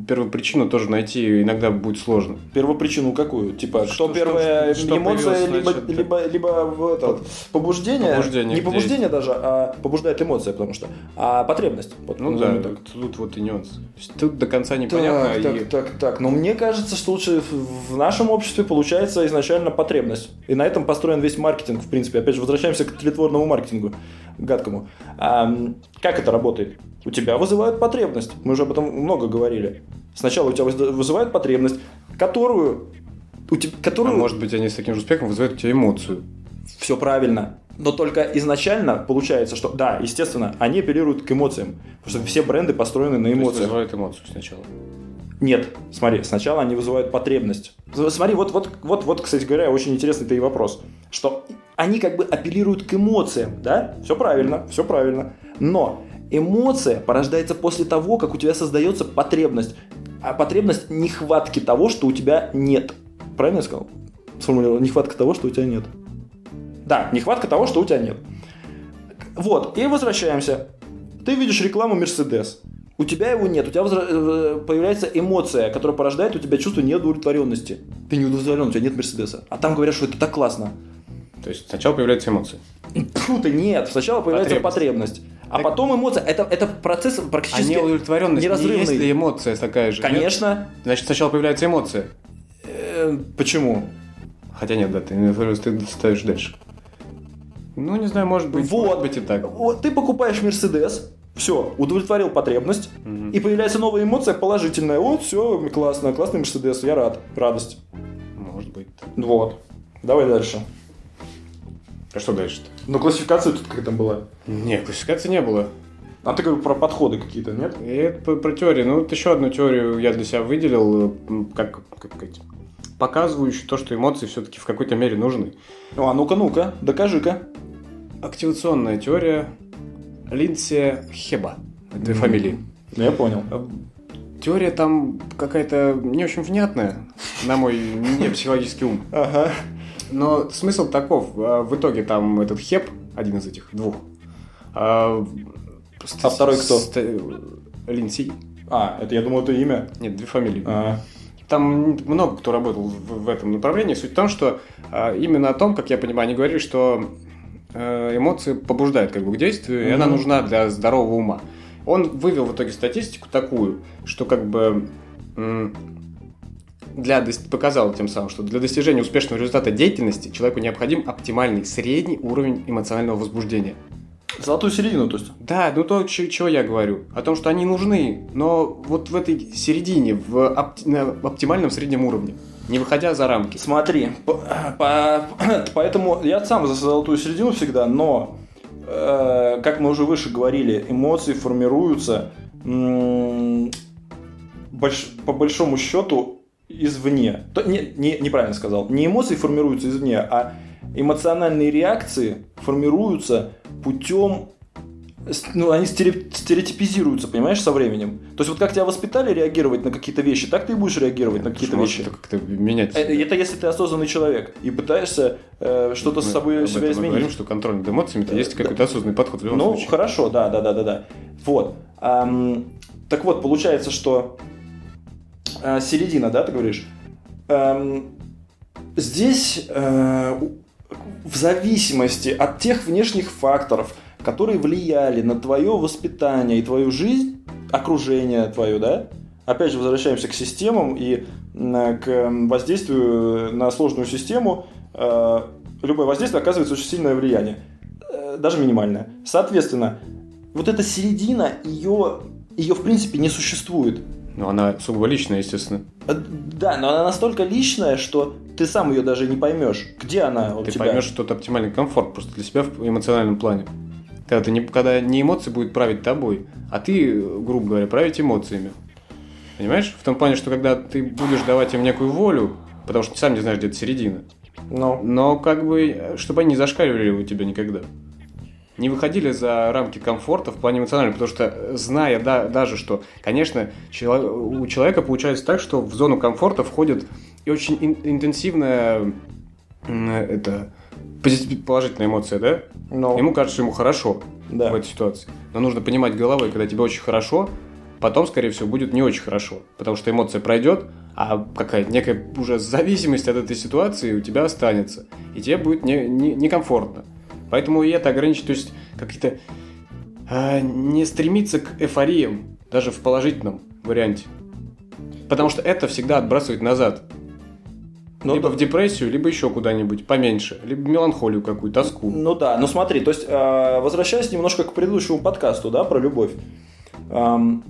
Первопричину тоже найти иногда будет сложно. Первопричину какую? Типа, что, Что- первая что- что эмоция, появилось, либо, значит, либо, либо в это вот побуждение, Побуждение не к побуждение даже, а побуждает эмоция, потому что, а потребность. Вот, Ну назовем да, так. тут вот и нюанс. То есть Тут до конца непонятно. Так, и- так, так, так. Но мне кажется, что лучше в в нашем обществе получается изначально потребность. И на этом построен весь маркетинг, в принципе. Опять же, возвращаемся к тлетворному маркетингу гадкому. Ам, как это работает? У тебя вызывают потребность. Мы уже об этом много говорили. Сначала у тебя выз- вызывают потребность, которую... У тебя, А которую... может быть, они с таким же успехом вызывают у тебя эмоцию. Все правильно. Но только изначально получается, что... Да, естественно, они апеллируют к эмоциям. Потому что все бренды построены на То есть эмоциях. Вызывают эмоцию сначала. Нет, смотри, сначала они вызывают потребность. З- Смотри, вот, вот, вот, вот, кстати говоря, очень интересный ты и вопрос, что они как бы апеллируют к эмоциям, да? Все правильно, все правильно. Но эмоция порождается после того, как у тебя создается потребность, а потребность нехватки того, что у тебя нет. Правильно я сказал? Сформулировал, нехватка того, что у тебя нет. Да, нехватка того, что у тебя нет. Вот, и возвращаемся. Ты видишь рекламу Mercedes. У тебя его нет, у тебя возра- э, появляется эмоция, которая порождает у тебя чувство неудовлетворенности. Ты не удовлетворен, у тебя нет Мерседеса. А там говорят, что это так классно. То есть сначала появляются эмоции. Круто, нет. Сначала появляется потребность. Потребность. А Так- потом эмоция. Это, это процесс А практически... неудовлетворенность не неразрывный. есть ли эмоция такая же? Конечно. Нет? Значит, сначала появляется эмоция. Э, почему? Хотя нет, да, ты неудовлетворенность ты ставишь дальше. Ну, не знаю, может быть, Вот. может быть и так. Вот ты покупаешь Мерседес, все, удовлетворил потребность, Мгм. и появляется новая эмоция положительная. Вот, все, классно, классный Мерседес, я рад, радость. Может быть. так. Вот. Давай дальше. А что дальше-то? Но Ну, классификация тут какая-то была. Не, классификации не было. А ты говорил про подходы какие-то, нет? И это про, про теорию. Ну, вот еще одну теорию я для себя выделил, э, м, как, как сказать, показывающую то, что эмоции все-таки в какой-то мере нужны. Ну, а ну-ка, ну-ка, докажи-ка. Активационная теория Линдси Хеба. Две Мгм. фамилии. Ну, я понял. Э, Теория там какая-то не очень внятная, на мой не психологический ум. Ага. Но смысл таков. а, В итоге там этот Хеп, один из этих двух. А А второй кто? Линдси. А, это я думал, это имя. Нет, две фамилии. А, Там много кто работал в, в этом направлении. Суть в том, что а, именно о том, как я понимаю, они говорили, что э, эмоции побуждают как бы к действию, и Мгм. она нужна для здорового ума. Он вывел в итоге статистику такую, что как бы м, для дос- показал тем самым, что для достижения успешного результата деятельности человеку необходим оптимальный средний уровень эмоционального возбуждения. Золотую середину, то есть. Да, ну то, чё- чего я говорю. О том, что они нужны, но вот в этой середине, в опти- на оптимальном среднем уровне, не выходя за рамки. Смотри, по- по- поэтому я сам за золотую середину всегда, но, э, как мы уже выше говорили, эмоции формируются м, больш- по большому счету извне. То- не- не- неправильно сказал. Не эмоции формируются извне, а эмоциональные реакции формируются путем с- ну, они стере- стереотипизируются, понимаешь, со временем. То есть вот как тебя воспитали реагировать на какие-то вещи, так ты и будешь реагировать на какие-то Почему вещи. это как-то менять. Это, Э, это если ты осознанный человек и пытаешься э, что-то с Мы собой об этом себя и изменить. говорим, что контроль над эмоциями, это Да, есть да. какой-то осознанный подход в любом ну, случае. хорошо, да, да, да, да, да. Вот. Ам, так вот, получается, что э, середина, да, ты говоришь. Ам, здесь э, у- в зависимости от тех внешних факторов, которые влияли на твое воспитание и твою жизнь, окружение твое, да, опять же возвращаемся к системам и м, к м, воздействию на сложную систему, э, любое воздействие оказывает очень сильное влияние, э, даже минимальное. Соответственно, вот эта середина, ее, ее в принципе не существует. Ну, она сугубо личная, естественно. Э, Да, но она настолько личная, что ты сам ее даже не поймешь. Где она у ты тебя? поймешь, что это оптимальный комфорт просто для себя в эмоциональном плане. Когда, ты не, когда не эмоции будут править тобой, а ты, грубо говоря, править эмоциями. Понимаешь? В том плане, что когда ты будешь давать им некую волю, потому что ты сам не знаешь, где эта середина, Ну, но как бы, э, чтобы они не зашкаливали у тебя никогда. Не выходили за рамки комфорта в плане эмоционального, потому что, э, зная да, даже, что, конечно, чело- у человека получается так, что в зону комфорта входит и очень ин- интенсивное м, это позитив- положительная эмоция, да? Ну, Ему кажется, что ему хорошо Да. в этой ситуации. Но нужно понимать головой, когда тебе очень хорошо, потом, скорее всего, будет не очень хорошо. Потому что эмоция пройдет, а какая-то некая уже зависимость от этой ситуации у тебя останется. И тебе будет не- не- некомфортно. Поэтому и это ограничить, то есть какие-то... а, не стремиться к эйфориям, даже в положительном варианте. Потому что это всегда отбрасывает назад. Ну, либо да. в депрессию, либо еще куда-нибудь поменьше. Либо в меланхолию какую, тоску. Ну да, ну смотри, то есть э, возвращаясь немножко к предыдущему подкасту, да, про любовь, Эм,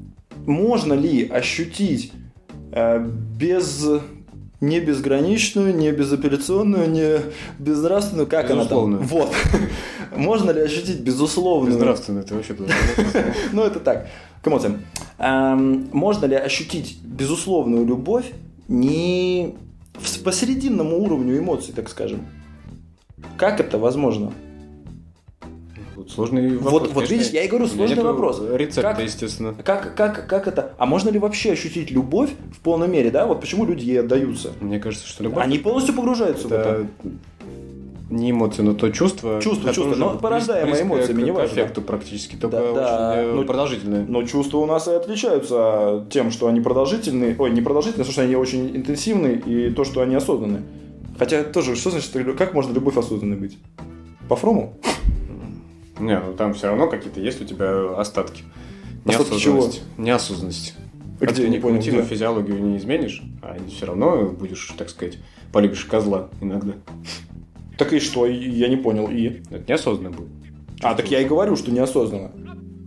можно ли ощутить э, без не безграничную, не безапелляционную, не безнравственную, как Безусловную. она там? Вот. Можно ли ощутить безусловную? Безнравственно, это вообще плохо. Ну это так, к эмоциям. Эм, можно ли ощутить безусловную любовь не в- по срединному уровню эмоций, так скажем? Как это возможно? Вот Сложный вопрос. Вот- вот конечно. видишь, я и говорю, У меня сложный нету вопрос. Рецепта, Как- естественно. Как, как, как это? А можно ли вообще ощутить любовь в полной мере, да? Вот почему люди ей отдаются? Мне кажется, что любовь Они полностью погружаются в это. это не эмоции, но то чувство. Чувство, чувство, но порождаемое эмоциями, не неважно. эффекту практически, только Да, да, очень э, ну, продолжительное. Но чувства у нас и отличаются тем, что они продолжительные, ой, не продолжительные, потому что они очень интенсивные, и то, что они осознанные. Хотя тоже, что значит, как можно любовь осознанной быть? По Фрому? Не, ну там все равно какие-то есть у тебя остатки. Остатки Неосознанность. Неосознанность. А Где, ты не понял, когнитивную где? физиологию не изменишь, а все равно будешь, так сказать, полюбишь козла иногда. Так и что? И- Я не понял. И... Это неосознанно будет. А, так я и говорю, что неосознанно.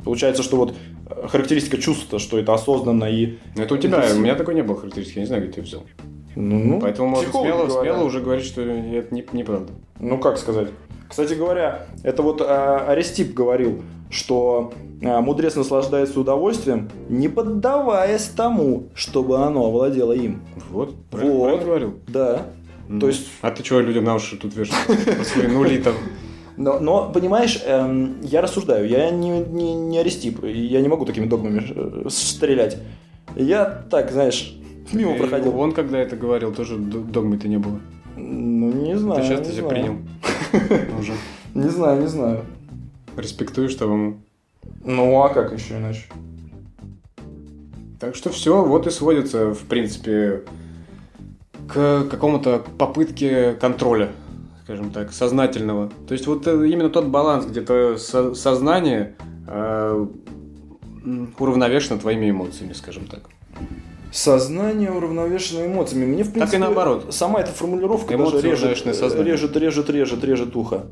Получается, что вот э, характеристика чувства, что это осознанно и... Но это у тебя, у Интенсивно. меня такой не было характеристики, я не знаю, где ты взял. Ну, ну, Поэтому можно психологи смело, говорят. смело уже говорить, что это не- неправда. Ну, как сказать? Кстати говоря, это вот э, Аристип говорил, что э, мудрец наслаждается удовольствием, не поддаваясь тому, чтобы оно овладело им. Вот, вот. Вот. говорил. Да. Ну, То есть А ты чего людям на уши тут вешаешь? Про Свои ну, нули там. Но, но, понимаешь, эм, Я рассуждаю, я не, не, не аристип, и я не могу такими догмами э, стрелять. Я так, знаешь, мимо И проходил. Э, Он, когда это говорил, тоже д- догмы-то не было. Ну, не знаю. Ты сейчас не ты себя знаю. принял. Уже. Не знаю, не знаю. Респектуешь тому. Ну, а как еще иначе? Так что все, вот и сводится, в принципе, к какому-то попытке контроля, скажем так, сознательного. То есть вот э, именно тот баланс, где то со- сознание э, м, уравновешено твоими эмоциями, скажем так. Сознание уравновешено эмоциями. Мне, в принципе, наоборот. сама эта формулировка Эмоции, даже режет, уравновешенное сознание. режет, режет, режет, режет ухо.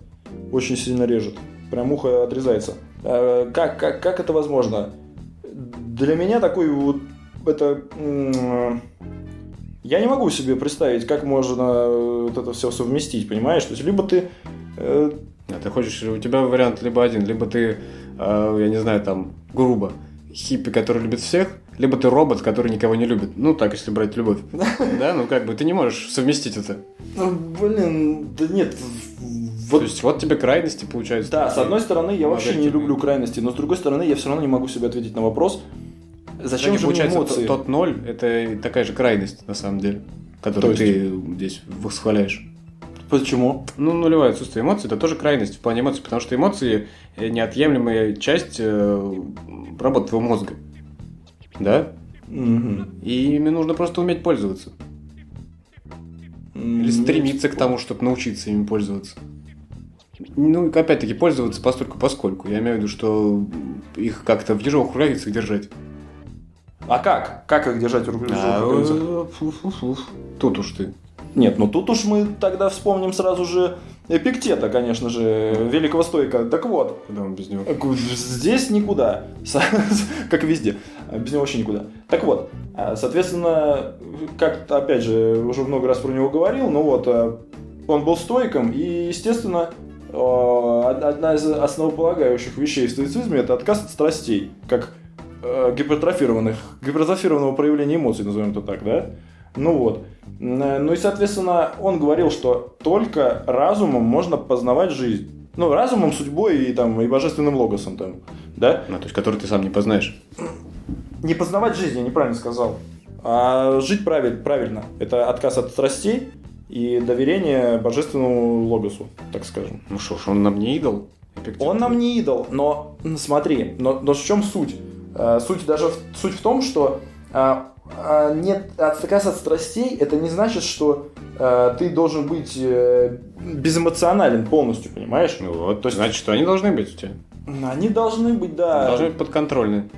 Очень сильно режет. Прям ухо отрезается. Э, Как, как, как это возможно? Для меня такой вот... Это... м, Я не могу себе представить, как можно э, вот это все совместить, понимаешь? То есть, либо ты... э, А ты хочешь, у тебя вариант либо один, либо ты, э, я не знаю, там, грубо, хиппи, который любит всех, либо ты робот, который никого не любит. Ну, так, если брать любовь. Да, ну как бы ты не можешь совместить это. ну, блин, да нет... в- То Вот есть вот тебе крайности получается. Да, с такие. одной стороны, я вообще не Положительные. люблю крайности, но с другой стороны, я все равно не могу себе ответить на вопрос, зачем Кстати, же мне получается, эмоции? т- тот ноль – это такая же крайность, на самом деле, которую То есть? ты здесь восхваляешь. Почему? Ну, нулевое отсутствие эмоций – это тоже крайность в плане эмоций, потому что эмоции – неотъемлемая часть э, работы твоего мозга. Да? Мгм. И ими нужно просто уметь пользоваться. М, Или ну, стремиться к тому, чтобы научиться ими пользоваться. Ну, и опять-таки, пользоваться постольку поскольку. Я имею в виду, что их как-то в ежовых рукавицах держать. А как? Как их держать в руках? А, э, фу-фу-фу. Тут уж ты. Нет, ну тут уж мы тогда вспомним сразу же Эпиктета, конечно же, великого стойка. Так вот, Куда мы без него? Э, Здесь никуда. Со- Как и везде. Э, Без него вообще никуда. Так вот, а, соответственно, как опять же, уже много раз про него говорил, но вот а, он был стойком, и, естественно, а, од- одна из основополагающих вещей в стоицизме это отказ от страстей, как э, гипертрофированных, гипертрофированного проявления эмоций, назовем это так, да? Ну вот. М, Ну и, соответственно, он говорил, что только разумом можно познавать жизнь. Ну, разумом, судьбой и, там, и божественным логосом, там, да? Ну, то есть, который ты сам не познаешь. Не познавать жизнь, я неправильно сказал. А жить правиль- правильно. Это отказ от страстей, и доверение божественному логосу, так скажем. Ну что ж, он нам не идол. Эпиктет. Он нам не идол, но м, смотри, но, но в чем суть? Э, Суть даже в- суть в том, что а, а, нет отказ от страстей, это не значит, что э, ты должен быть э, безэмоционален полностью, понимаешь? Ну вот, То есть- значит, что они должны быть у тебя. Они должны быть, да, Должны быть подконтрольны.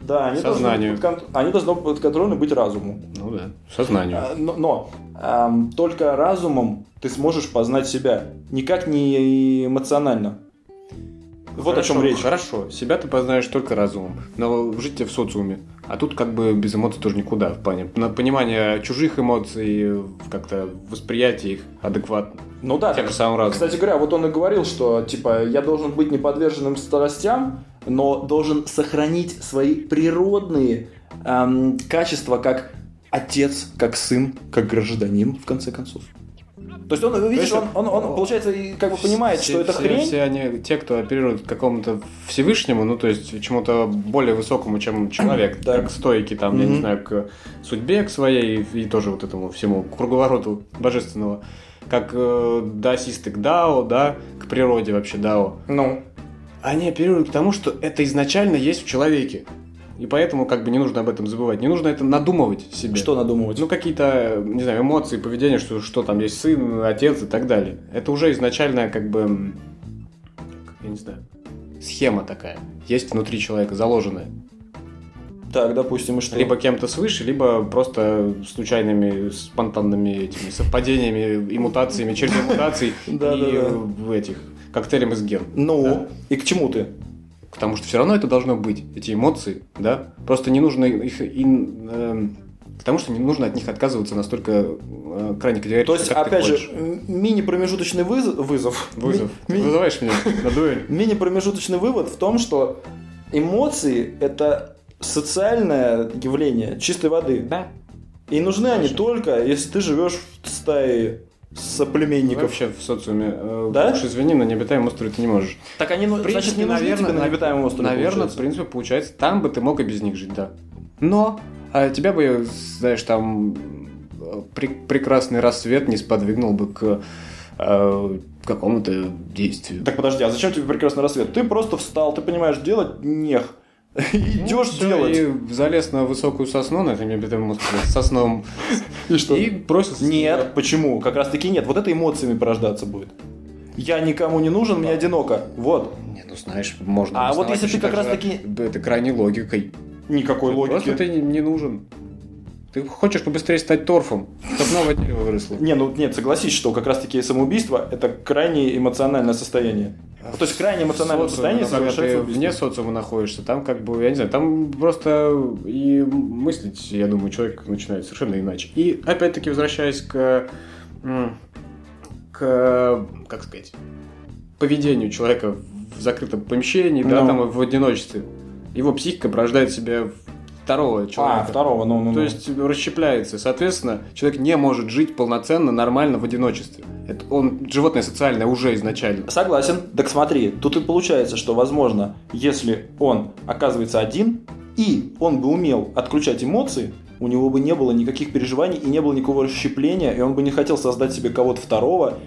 да, они сознанию. должны быть подкон- они должны быть подконтрольны быть разуму. Ну да, сознанию. А, Но, но, ам, только разумом ты сможешь познать себя, никак не эмоционально. Вот о Хорошо, чем речь. Хорошо, себя ты познаешь только разумом, но жить тебе в социуме. А тут как бы без эмоций тоже никуда в плане. На понимание чужих эмоций, э, как-то восприятие их адекватно. Ну да, Тем же самым разумом. Кстати говоря, вот он и говорил, что типа я должен быть не подверженным страстям, но должен сохранить свои природные эм, качества как отец, как сын, как гражданин, в конце концов. То есть он, видишь, есть он, он- он, получается, и как бы понимает, Все- что это все- хрень. Все они, те, кто оперирует к какому-то Всевышнему, ну, то есть, чему-то более высокому, чем человек, Да. как стойки, там, я не Мгм. знаю, к судьбе к своей и тоже вот этому всему круговороту божественного, как э, дасисты к Дао, да, к природе вообще Дао, Ну, они оперируют к тому, что это изначально есть в человеке. И поэтому как бы не нужно об этом забывать, не нужно это надумывать себе. что надумывать? Ну, какие-то, не знаю, эмоции, поведение, что, что там есть сын, отец и так далее. Это уже изначально как бы, м, я не знаю, схема такая. Есть внутри человека заложенная. так, допустим, и что? Либо кем-то свыше, либо просто случайными, спонтанными этими совпадениями и мутациями, через мутаций и Да-да-да. в этих коктейлем из ген. Ну, Да. и к чему ты? Потому что все равно это должно быть, эти эмоции, да? Просто не нужно их... и, эм, потому что не нужно от них отказываться настолько э, крайне категорично, То есть, как ты опять же, хочешь. м- мини-промежуточный вызов, вызов. Вызов. Ми- ми- Вызываешь меня на дуэль? Мини-промежуточный вывод в том, что эмоции – это социальное явление чистой воды. Да. И нужны они Конечно. только, если ты живешь в стае соплеменников. Вообще в социуме. э, Да? Уж извини, на необитаемом острове ты не можешь. Так они, ну, значит, не нужны тебе на обитаемом острове, Наверное, в получается. принципе, получается, там бы ты мог и без них жить, да. Но а тебя бы, знаешь, там э, пре- прекрасный рассвет не сподвигнул бы к э, какому-то действию. Так подожди, а зачем тебе прекрасный рассвет? Ты просто встал, ты понимаешь, делать нех. Идешь Ну, всё, делать. И залез на высокую сосну на этом необитаемом острове с сосном И что? и бросился. Нет, почему? Как раз таки нет. Вот это эмоциями порождаться будет. Я никому не нужен, мне одиноко. Вот. Не, ну знаешь, можно. А вот обосновать если ты точно как так раз же, таки- да, Это крайне логикой. Никакой Просто логики. ты не, не нужен. Ты хочешь побыстрее стать торфом, чтобы новое дерево выросло. Не, ну нет, согласись, что как раз таки самоубийство это крайне эмоциональное состояние. Ну, То есть крайне эмоциональное состояние Социуме, когда ты совершается убийство. вне социума находишься, там как бы, я не знаю, там просто и мыслить, я думаю, человек начинает совершенно иначе. И опять-таки возвращаясь к, м, к, как сказать, поведению человека в закрытом помещении, да, Ну. там в одиночестве, его психика порождает в себе второго человека. А, второго, ну, ну, ну. То есть расщепляется. Соответственно, человек не может жить полноценно, нормально в одиночестве. Это он животное социальное уже изначально. Согласен. Так смотри, тут и получается, что, возможно, если он оказывается один, и он бы умел отключать эмоции, у него бы не было никаких переживаний и не было никакого расщепления, и он бы не хотел создать себе кого-то второго.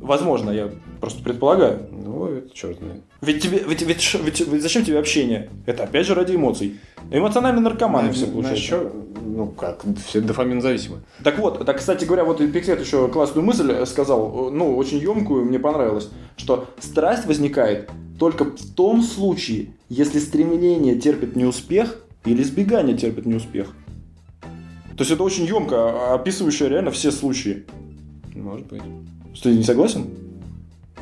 Возможно, я просто предполагаю. Ну, это черт знает. Ведь тебе, ведь, ведь ш- ведь- ведь зачем тебе общение? Это опять же ради эмоций. Эмоциональные наркоманы На- все получается. насчет- ну как, все дофамин зависимо. Так вот, так, кстати говоря, вот Эпиктет еще классную мысль э, сказал, э, ну, очень емкую, мне понравилось, что страсть возникает только в том случае, если стремление терпит неуспех или избегание терпит неуспех. То есть это очень емко, описывающее реально все случаи. Может быть. Что, Ты не согласен?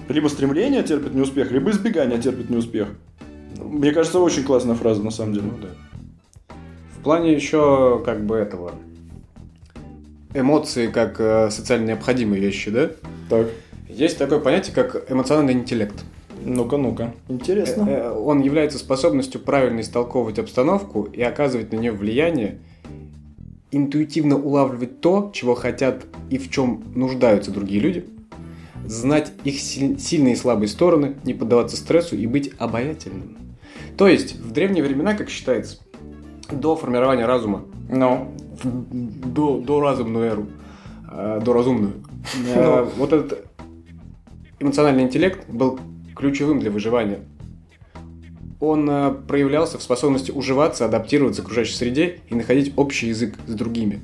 Либо стремление терпит неуспех, либо избегание терпит неуспех. Мне кажется, очень классная фраза, на самом деле. Ну да. В плане еще как бы этого эмоции как э, социально необходимые вещи, да? Так, Есть такое понятие, как эмоциональный интеллект. ну-ка, ну-ка. Интересно. Э, э, Он является способностью правильно истолковывать обстановку и оказывать на нее влияние, интуитивно улавливать то, чего хотят и в чем нуждаются другие люди, знать их силь- сильные и слабые стороны, не поддаваться стрессу и быть обаятельным. То есть, в древние времена, как считается, до формирования разума, Ну, в- до, до разумную эру, э, до разумную, Ну, Э, Вот этот эмоциональный интеллект был ключевым для выживания. Он э, проявлялся в способности уживаться, адаптироваться к окружающей среде и находить общий язык с другими.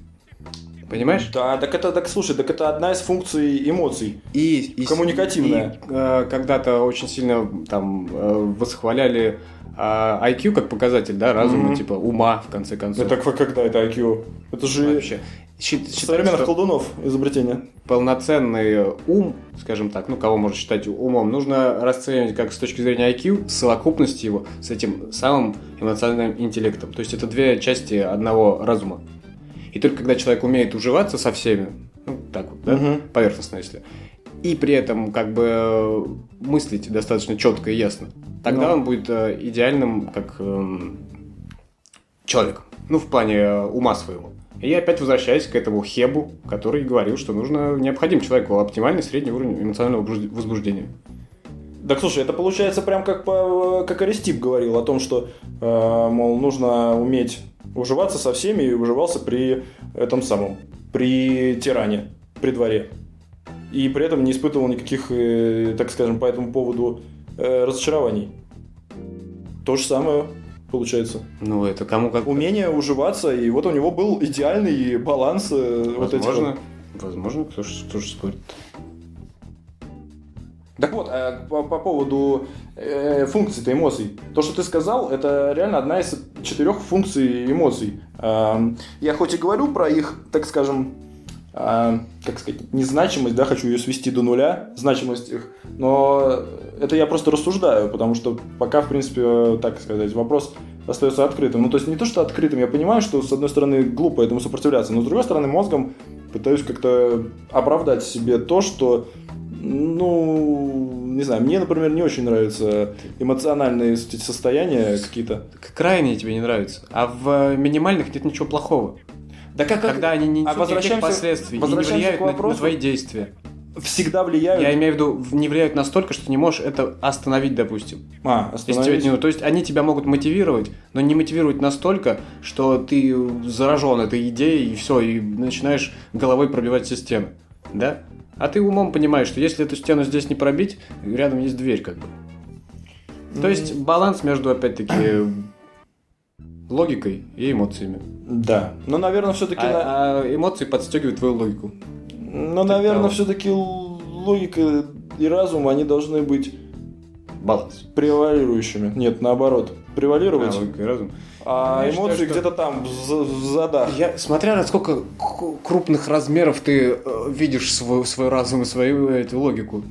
Понимаешь? Да, так это, так слушай, так это одна из функций эмоций. И, и- Коммуникативная. и, э, когда-то очень сильно там э, восхваляли э, IQ как показатель, да, разума, Мгм. типа ума, в конце концов. Это к- когда это IQ? Это же вообще. Щи- считается, современных что- колдунов изобретение. полноценный ум, скажем так, ну, кого можно считать умом, нужно расценивать как с точки зрения IQ, совокупности его с этим самым эмоциональным интеллектом. То есть это две части одного разума. И только когда человек умеет уживаться со всеми, ну, так вот, да, Мгм. поверхностно, если, и при этом как бы э, мыслить достаточно четко и ясно, тогда Ну. он будет э, идеальным как эм, человеком. Ну, в плане э, ума своего. И я опять возвращаюсь к этому Хебу, который говорил, что нужно необходим человеку оптимальный средний уровень эмоционального возбужд- возбуждения. Так слушай, это получается прям как, по, как Аристип говорил о том, что, э, мол, нужно уметь уживаться со всеми и уживался при этом самом, при тиране, при дворе. И при этом не испытывал никаких, э, так скажем, по этому поводу э, разочарований. То же самое получается. Ну, это кому как Умение уживаться, и вот у него был идеальный баланс э, вот этих вот возможно. возможно, кто ж, кто ж спорит. Так вот, а по, по поводу э, функций-то эмоций. То, что ты сказал, это реально одна из четырех функций эмоций. Эм, я хоть и говорю про их, так скажем, эм, как сказать, незначимость, да, хочу ее свести до нуля, значимость их, но это я просто рассуждаю, потому что пока, в принципе, э, так сказать, вопрос остается открытым. Ну, то есть не то, что открытым, я понимаю, что, с одной стороны, глупо этому сопротивляться, но, с другой стороны, мозгом пытаюсь как-то оправдать себе то, что ну, не знаю, мне, например, не очень нравятся эмоциональные с- состояния какие-то. К- Крайние тебе не нравятся. А в э, минимальных нет ничего плохого. Да как, как когда они не а несут никаких возвращаемся- последствий и не возвращаемся влияют к на- на вопросу. твои действия. всегда влияют... Я имею в виду, в- не влияют настолько, что ты не можешь это остановить, допустим. А, Если тебе это остановить. не- То есть они тебя могут мотивировать, но не мотивировать настолько, что ты заражен этой идеей, и все, и начинаешь головой пробивать все стены. Да? А ты умом понимаешь, что если эту стену здесь не пробить, рядом есть дверь, как бы. То есть баланс между, опять-таки, логикой и эмоциями. Да. Но, наверное, все-таки... А, а эмоции подстегивают твою логику. Но, ты наверное, прав. все-таки логика и разум, они должны быть Баланс. превалирующими. Нет, наоборот. А, Превалировать, логика и разум. а, Я эмоции считаю, что- где-то там, в, за- в задах. Я, смотря насколько к- крупных размеров ты э, видишь свой, свой разум и свою э, эту логику.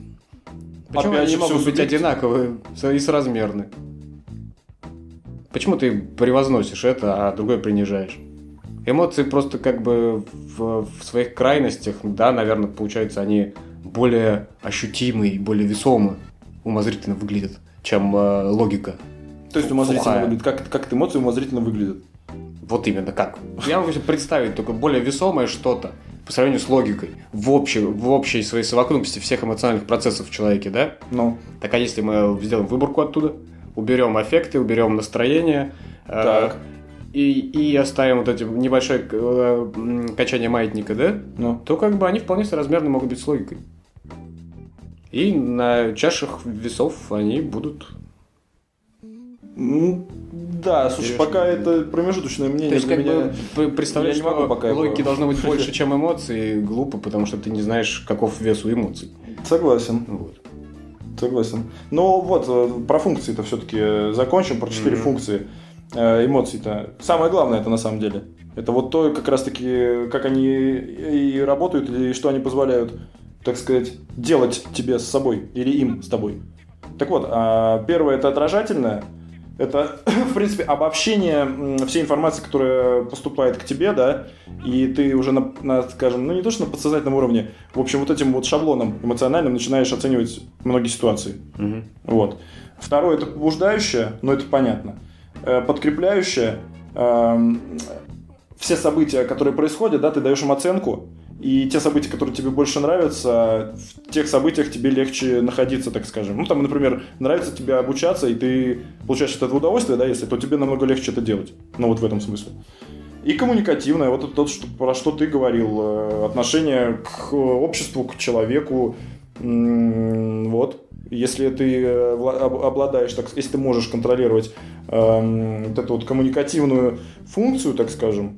Почему Опять они же, всё могут быть субъект- одинаковы со- и соразмерны? Почему ты превозносишь это, а другое принижаешь? Эмоции просто как бы в, в своих крайностях, да, наверное, получается, они более ощутимы и более весомы умозрительно выглядят, чем э, логика. То есть умозрительно Сухая. выглядит. Как, как эмоции умозрительно выглядят. Вот именно как. Я могу себе представить только более весомое что-то по сравнению с логикой в общей, в общей своей совокупности всех эмоциональных процессов в человеке, да? Ну, Так а если мы сделаем выборку оттуда, уберем аффекты, уберем настроение, э, Так. и, и оставим вот эти небольшое э, м, качание маятника, да? ну. То как бы они вполне соразмерно могут быть с логикой. И на чашах весов они будут М, Да, слушай, Берёшь пока на- это промежуточное мнение То есть, для как меня. бы, п- представлять, я не могу что пока его- логики должно быть больше, чем эмоций, глупо, потому что ты не знаешь, каков вес у эмоций. Ну Согласен. Вот. Согласен. Ну вот, э, про функции-то все-таки закончим, про четыре Мгм. функции э, эмоций-то. Самое главное это на самом деле. Это вот то, как раз-таки, как они и работают, и что они позволяют, так сказать, делать тебе с собой или им с тобой. Так вот, а, первое это отражательное. Это, в принципе, обобщение м, всей информации, которая поступает к тебе, да, и ты уже на, на, скажем, ну не то, что на подсознательном уровне, в общем, вот этим вот шаблоном эмоциональным начинаешь оценивать многие ситуации. Вот. Второе это побуждающее, но это понятно. Э, Подкрепляющее эм, все события, которые происходят, да, ты даешь им оценку, и те события, которые тебе больше нравятся, в тех событиях тебе легче находиться, так скажем. Ну, там, например, нравится тебе обучаться, и ты получаешь от этого удовольствие, да, если, то тебе намного легче это делать. Ну, вот в этом смысле. И коммуникативное, вот это то, что, про что ты говорил, э, отношение к э, обществу, к человеку, вот. Если ты э, обладаешь, так, если ты можешь контролировать э, вот эту вот коммуникативную функцию, так скажем,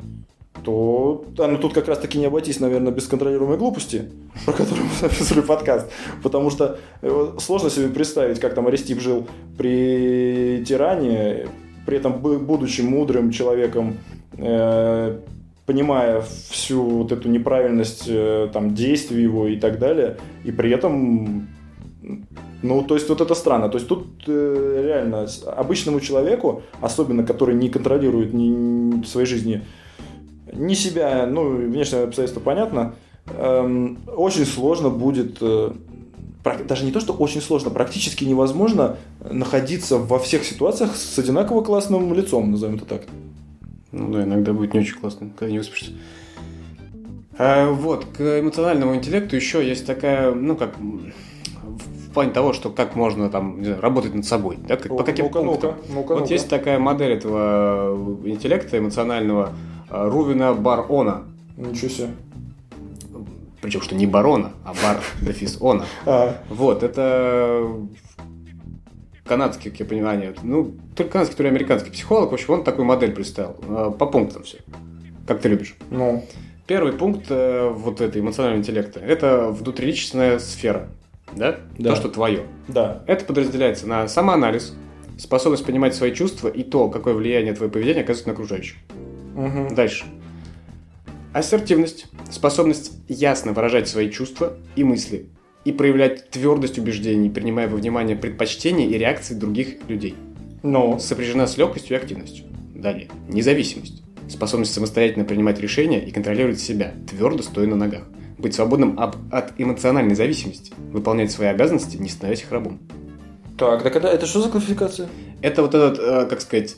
то а, ну, тут как раз-таки не обойтись, наверное, без контролируемой глупости, про которую мы записывали подкаст. Потому что э, сложно себе представить, как там Аристип жил при тиране, при этом будучи мудрым человеком, э, понимая всю вот эту неправильность э, там действий его и так далее, и при этом, ну, то есть вот это странно. То есть тут э, реально обычному человеку, особенно который не контролирует ни, ни своей жизни, ни себя, ну, внешнее обстоятельство понятно, эм, очень сложно будет э, даже не то, что очень сложно, практически невозможно находиться во всех ситуациях с одинаково классным лицом, назовем это так. Ну да, иногда будет не очень классно, когда не выспишься. А, вот, к эмоциональному интеллекту еще есть такая, ну как, в плане того, что как можно там не знаю, работать над собой, да, как, О, по каким ну пунктам. ну ну вот ну есть такая модель этого э, интеллекта эмоционального э, Рувина Барона. Ничего себе. Причем, что не барона, а бар дефис она. А, Вот, это канадский, как я понимаю, ну, то ли канадский, то ли американский психолог, в общем, он такую модель представил. А, По пунктам все. Как ты любишь. Ну. Первый пункт э, вот этой эмоционального интеллекта – это внутриличностная сфера. Да? да? То, что твое. Да. Это подразделяется на самоанализ, способность понимать свои чувства и то, какое влияние твое поведение оказывает на окружающих. Угу. Ну, Дальше. Ассертивность – способность ясно выражать свои чувства и мысли, и проявлять твердость убеждений, принимая во внимание предпочтения и реакции других людей. Но сопряжена с легкостью и активностью. Далее. Независимость. Способность самостоятельно принимать решения и контролировать себя, твердо стоя на ногах. Быть свободным об, от эмоциональной зависимости. Выполнять свои обязанности, не становясь их рабом. Так, так это, это что за классификация? Это вот этот, э, как сказать,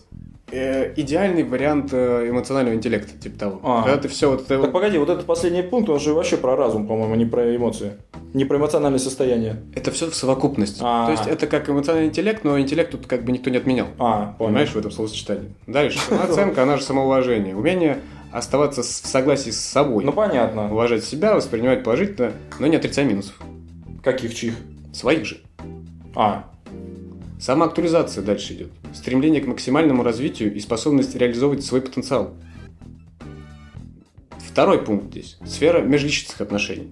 э, идеальный вариант э, эмоционального интеллекта, типа того. А. Когда ты все вот это... Так погоди, вот этот последний пункт, он же вообще про разум, по-моему, не про эмоции. Не про эмоциональное состояние. Это все в совокупности. А. То есть это как эмоциональный интеллект, но интеллект тут как бы никто не отменял. А, понял. Понимаешь, в этом словосочетании. Дальше. Оценка, она же самоуважение. Умение оставаться в согласии с собой. Ну, понятно. Уважать себя, воспринимать положительно, но не отрицая минусов. Каких чьих? Своих же. А, Самоактуализация дальше идет. Стремление к максимальному развитию и способность реализовывать свой потенциал. Второй пункт здесь. Сфера межличностных отношений.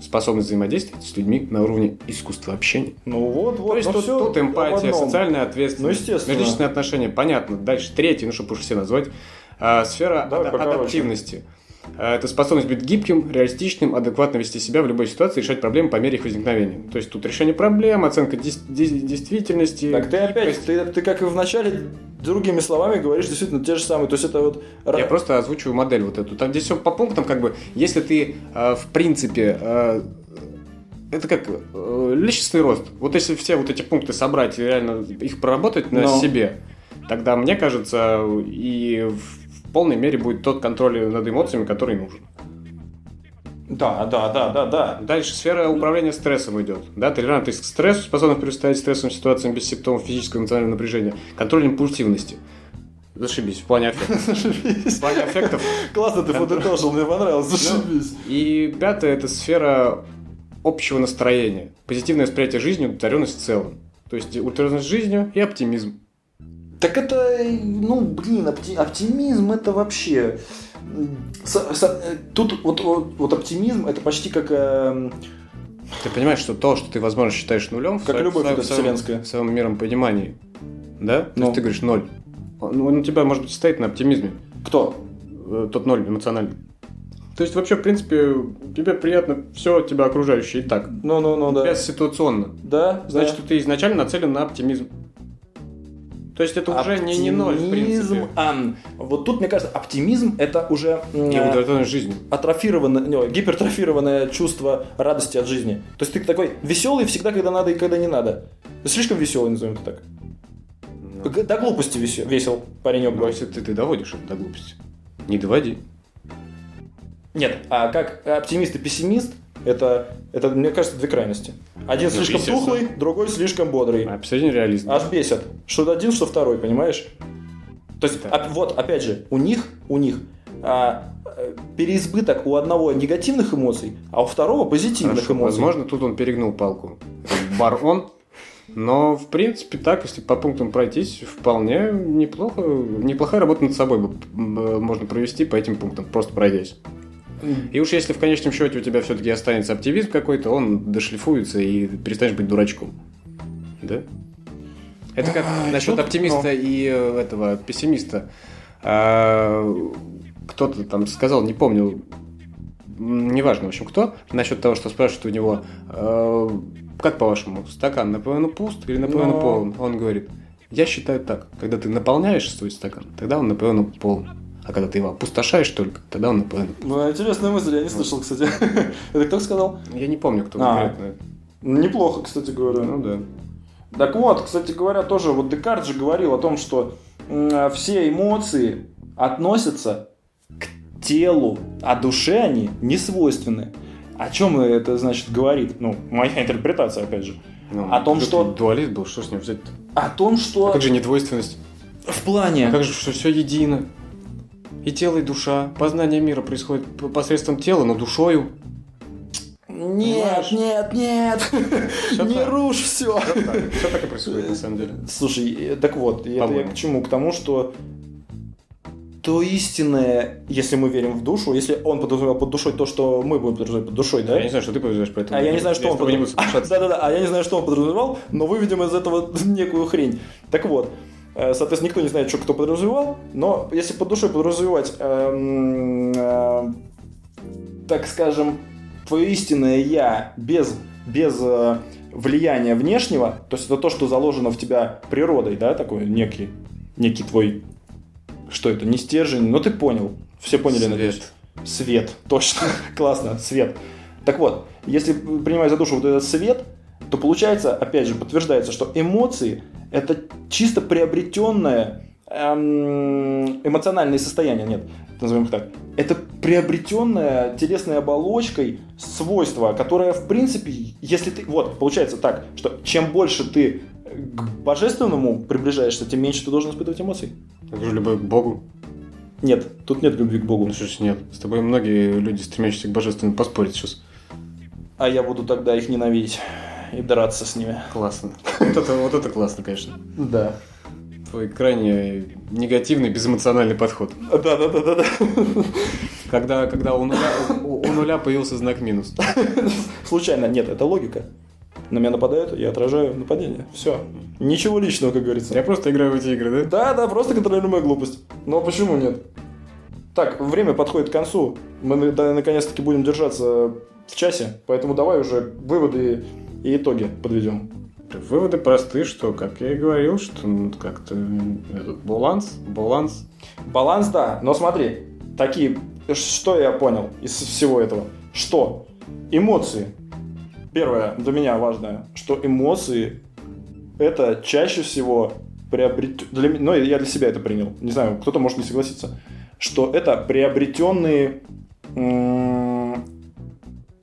Способность взаимодействовать с людьми на уровне искусства общения. Ну вот, вот. То есть ну тут, всё тут эмпатия, об одном. социальная ответственность, Ну, естественно. межличностные отношения, понятно. Дальше третий, ну чтобы уж все назвать, а, сфера Давай ад- покороче. адаптивности. А, Это способность быть гибким, реалистичным, адекватно вести себя в любой ситуации, решать проблемы по мере их возникновения. То есть тут решение проблем, оценка дес- дес- действительности. Так ты То опять, есть ты, ты как и в начале, другими словами говоришь действительно те же самые. То есть это вот... Я просто озвучиваю модель вот эту. Там здесь все по пунктам, как бы, если ты, э, в принципе, э, это как э, личностный рост. Вот если все вот эти пункты собрать и реально их проработать на Но. себе, тогда, мне кажется, и в, в полной мере будет тот контроль над эмоциями, который нужен. Да, да, да, да, да. Дальше сфера управления стрессом идет. Да, толерантность к стрессу, способность предоставить стрессовым ситуациям без симптомов физического и эмоционального напряжения. Контроль импульсивности. Зашибись, в плане аффектов. В плане аффектов Классно ты Контроль. подытожил, мне понравилось, Ну, зашибись. И пятое – это сфера общего настроения. Позитивное восприятие жизни, удовлетворенность в целом. То есть удовлетворенность жизнью и оптимизм. Так это, ну, блин, опти- оптимизм это вообще... м, со- со- э, Тут вот, вот, вот оптимизм это почти как... эм, Ты понимаешь, что то, что ты, возможно, считаешь нулем, в Как своем- любовь в своем- эта в своем- вселенская. В своем миром понимании. Да? То Ну. есть ты говоришь ноль. Он, он у тебя, может быть, стоит на оптимизме. Кто? Э, Тот ноль эмоциональный. То есть вообще, в принципе, тебе приятно все тебя окружающее и так. Ну-ну-ну, Ну, да. Бесситуационно. Да, Значит, да. ты изначально нацелен на оптимизм. То есть это уже не, не ноль, в принципе. Оптимизм, ам. Вот тут, мне кажется, оптимизм это уже... м, И э, удовлетворенность жизнью. атрофированное, не, гипертрофированное чувство радости от жизни. То есть ты такой веселый всегда, когда надо и когда не надо. Слишком веселый, назовем это так. Г- До глупости весе- весел, парень Ну, обгон. если ты, ты доводишь это до глупости. Не доводи. Нет, а как оптимист и пессимист, это, это мне кажется, две крайности. Один Ну, слишком естественно. тухлый, другой слишком бодрый. А Обсудим реализм. Аж бесят. Что один, что второй, понимаешь? То есть, а, вот, опять же, у них, у них а, переизбыток у одного негативных эмоций, а у второго позитивных Хорошо, эмоций. Возможно, тут он перегнул палку. Бар он. Но, в принципе, так, если по пунктам пройтись, вполне неплохо, неплохая работа над собой бы, м, можно провести по этим пунктам, просто пройдясь. И уж если в конечном счете у тебя все-таки останется оптимизм какой-то, он дошлифуется и перестанешь быть дурачком. Да? Это как насчет тут, оптимиста и э, этого пессимиста. А, Кто-то там сказал, не помню, м, неважно, в общем, кто, насчет того, что спрашивают у него, э, как по-вашему, стакан наполовину пуст или наполовину Но- полон? Он говорит, я считаю так, когда ты наполняешь свой стакан, тогда он наполовину полон. А когда ты его опустошаешь только, тогда он наполовину Ну, интересная мысль, я не слышал, кстати. Это кто сказал? я не помню, кто А. конкретно. Неплохо, кстати говоря. Ну да. Так вот, кстати говоря, тоже вот Декарт же говорил о том, что м, а, все эмоции относятся к телу, а душе они не свойственны. О чем это значит говорит? Ну, моя интерпретация, опять же. Ну, О том, тут что- Дуалист был, что с ним взять? О том, что А как же недвойственность? в А плане... как же, что все едино? И тело, и душа. Познание мира происходит п- посредством тела, но душою. Нет, нет, нет! Не так. рушь все! Все так, всё так и происходит, на самом деле. Слушай, э, так вот, это я По-моему. к чему? К тому, что то истинное, если мы верим в душу, если он подразумевал под душой то, что мы будем подразумевать под душой, да? Я не знаю, что ты повезешь, поэтому... А я не знаю, что он не буду подразумевал. соглашаться. Да-да-да, а я не знаю, что он подразумевал, но выведем из этого некую хрень. Так вот, э, соответственно, никто не знает, что кто подразумевал, но если под душой подразумевать, эм, э, так скажем, твое истинное «я» без, без э, влияния внешнего, то есть это то, что заложено в тебя природой, да, такой некий, некий твой, что это, не стержень, но ты понял, все поняли, надеюсь. Свет. Свет, точно. Классно, свет. Так вот, если принимать за душу вот этот свет, то получается, опять же, подтверждается, что эмоции – это чисто приобретенное эм, эмоциональное состояние, нет, назовем их так. Это приобретенное телесной оболочкой свойство, которое, в принципе, если ты... Вот, получается так, что чем больше ты к божественному приближаешься, тем меньше ты должен испытывать эмоций. Как же любовь к Богу. Нет, тут нет любви к Богу. Ну что ж, нет. С тобой многие люди, стремящиеся к божественному, поспорят сейчас. А я буду тогда их ненавидеть и драться с ними. Классно. Вот это, вот это классно, конечно. Да. Твой крайне негативный, безэмоциональный подход. Да, да, да, да, да. Когда, когда у, нуля, у- у нуля появился знак минус. Случайно, нет, это логика. На меня нападают, я отражаю нападение. Все. Ничего личного, как говорится. Я просто играю в эти игры, да? Да, да, просто контролируемая глупость. Но почему нет? Так, время подходит к концу. Мы на- да, наконец-таки будем держаться в часе, поэтому давай уже выводы и итоги подведем. Выводы просты, что, как я и говорил, что ну, как-то м, этот баланс, баланс. Баланс, да, но смотри, такие, ш- что я понял из всего этого? Что эмоции, первое для меня важное, что эмоции это чаще всего приобрет... Для... м- Ну, я для себя это принял. Не знаю, кто-то может не согласиться. Что это приобретенные м,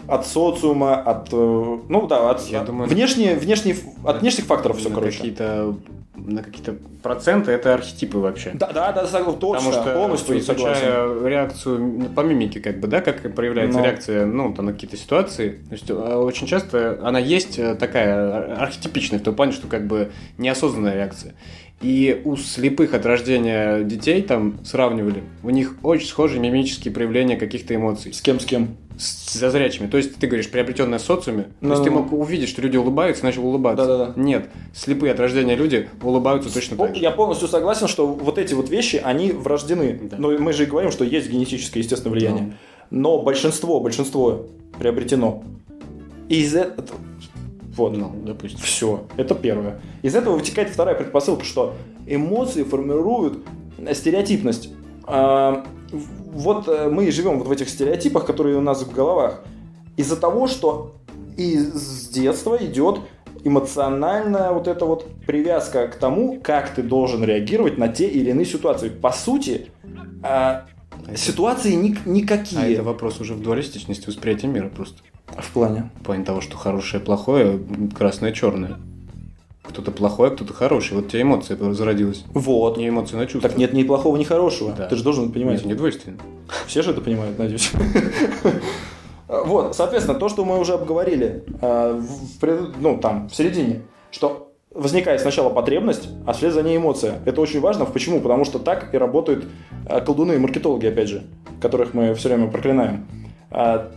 от социума, от... э, Ну да, от, Я от думаю, внешние, внешние, ф- от внешних факторов все, на короче. Какие-то, на какие-то проценты это архетипы вообще. Да, да, да, согла- точно, Потому что э, полностью изучая согласен. реакцию ну, по мимике, как бы, да, как проявляется Ну. реакция, ну, там, на какие-то ситуации. То есть э, очень часто она есть э, такая э, архетипичная, в том плане, что как бы неосознанная реакция. И у слепых от рождения детей там сравнивали, у них очень схожие мимические проявления каких-то эмоций С кем, с кем? с зазрячими. То есть ты говоришь приобретенное социуме, Ну, то есть ты ну, мог увидеть, что люди улыбаются, начал улыбаться. Да-да-да. Нет, слепые от рождения люди улыбаются Ну, точно О, так же. Я полностью согласен, что вот эти вот вещи, они врождены. Да. Но мы же и говорим, что есть генетическое, естественно, влияние. Но большинство, большинство приобретено. И из этого... Вот. Ну, допустим. Все. Это первое. Из этого вытекает вторая предпосылка, что эмоции формируют э, стереотипность. А, в- вот э, мы и живем вот в этих стереотипах, которые у нас в головах. Из-за того, что и с детства идет эмоциональная вот эта вот привязка к тому, как ты должен реагировать на те или иные ситуации. По сути, а, это- ситуации ни- А никакие. это вопрос уже в дуалистичности восприятия мира просто. В плане. В плане того, что хорошее, плохое, красное, черное. Кто-то плохой, а кто-то хороший. Вот у тебя эмоция зародилась. Вот. Не эмоции на чувства. Так нет ни плохого, ни хорошего. Да. Ты же должен это понимать. Это не двойственно. Все же это понимают, надеюсь. Вот, соответственно, то, что мы уже обговорили э, в, пред- ну, там, в середине, что возникает сначала потребность, а вслед за ней эмоция. Это очень важно. Почему? Потому что так и работают э, колдуны и маркетологи, опять же, которых мы все время проклинаем. А,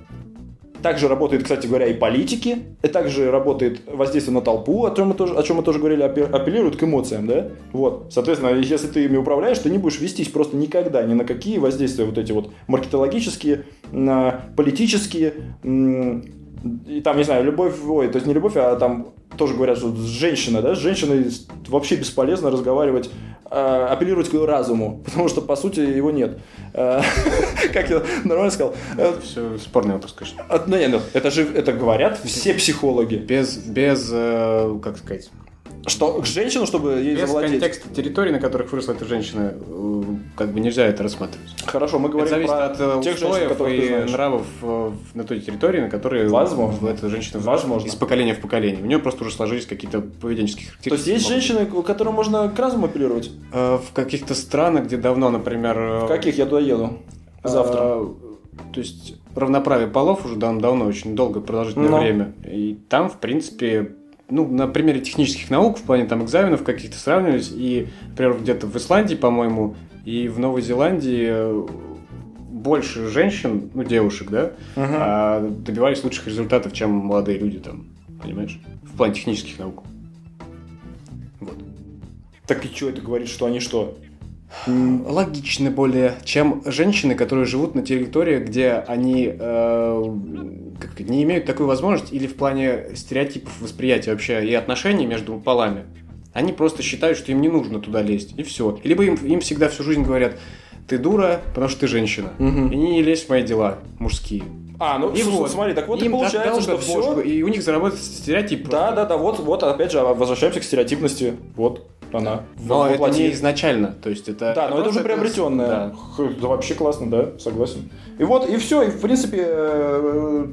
Также работают, кстати говоря, и политики, и также работает воздействие на толпу, о чем мы тоже, о чем мы тоже говорили, апе- апеллируют к эмоциям, да? Вот, соответственно, если ты ими управляешь, ты не будешь вестись просто никогда ни на какие воздействия вот эти вот маркетологические, на политические, м, и там, не знаю, любовь, ой, то есть не любовь, а там тоже говорят, что женщина, да, с женщиной вообще бесполезно разговаривать, э, апеллировать к ее разуму, потому что, по сути, его нет. Э, Как я нормально сказал? Э, Это все спорный вопрос, конечно. а, Ну, нет, нет, это же это говорят все психологи, Без, без э, как сказать, что к женщину, чтобы ей без завладеть. контекста территории, на которых выросла эта женщина, э, как бы нельзя это рассматривать. Хорошо, мы Это говорим зависит про от э, тех женщин, устоев которых ты и знаешь. нравов э, в- на той территории, на которой Возможно. эта женщина Возможно. из поколения в поколение. У нее просто уже сложились какие-то поведенческие То есть характеристики. есть женщины, к которым можно к разуму апеллировать? Э, В каких-то странах, где давно, например... э, В каких я туда еду? Завтра. э, То есть равноправие полов уже дав- давно, очень долго, продолжительное Ну. время. И там, в принципе, ну, на примере технических наук, в плане там экзаменов каких-то сравнивались, и, например, где-то в Исландии, по-моему, и в Новой Зеландии э, больше женщин, ну, девушек, да, Мгм. а добивались лучших результатов, чем молодые люди там, понимаешь? В плане технических наук. Вот. Так и что это говорит, что они что? Логично более, чем женщины, которые живут на территории, где они э, как сказать, не имеют такой возможности или в плане стереотипов восприятия вообще и отношений между полами. Они просто считают, что им не нужно туда лезть, и все. Либо им, им всегда всю жизнь говорят, ты дура, потому что ты женщина. Мгм. И не лезь в мои дела мужские. А, ну И слушай, вот. смотри, так вот и Им получается, дал что этот бошку, все. И у них заработает стереотип. Да, да, да, вот, вот, опять же, возвращаемся к стереотипности. Вот она. Но это воплотилась. не изначально, то есть это... Да, но это уже просто приобретенное. Да. Х- да вообще классно, да, согласен. И вот, и все, и в принципе э,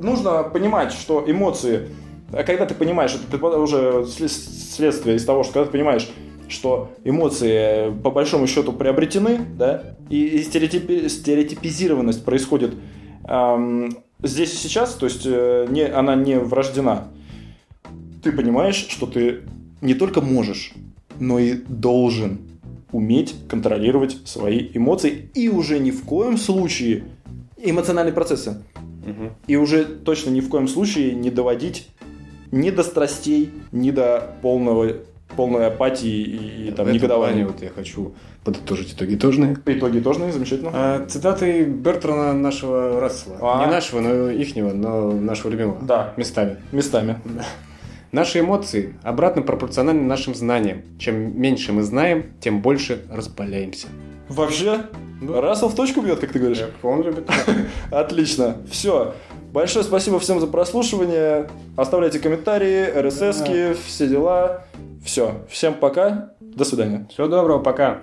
нужно понимать, что эмоции, а когда ты понимаешь, это предпо- уже сле- следствие из того, что когда ты понимаешь, что эмоции э, по большому счету приобретены, да, и, и стереотипи- стереотипизированность происходит эм, здесь и сейчас, то есть э, не, она не врождена. Ты понимаешь, что ты не только можешь, но и должен уметь контролировать свои эмоции и уже ни в коем случае эмоциональные процессы. Мгм. И уже точно ни в коем случае не доводить ни до страстей, ни до полного, полной апатии и, и, В там, этом негодования. плане вот я хочу подытожить итоги тожные. Итоги тоже, ну, А. замечательно. цитаты Бертрана нашего Рассела. А. Не нашего, но ихнего, но нашего любимого. Да. Местами. Местами. Наши эмоции обратно пропорциональны нашим знаниям. Чем меньше мы знаем, тем больше распаляемся. Вообще, Да. Рассел в точку бьет, как ты говоришь. Он любит. Отлично. Все. Большое спасибо всем за прослушивание. Оставляйте комментарии, РССки, все дела. Все. Всем пока. До свидания. Всего доброго, пока.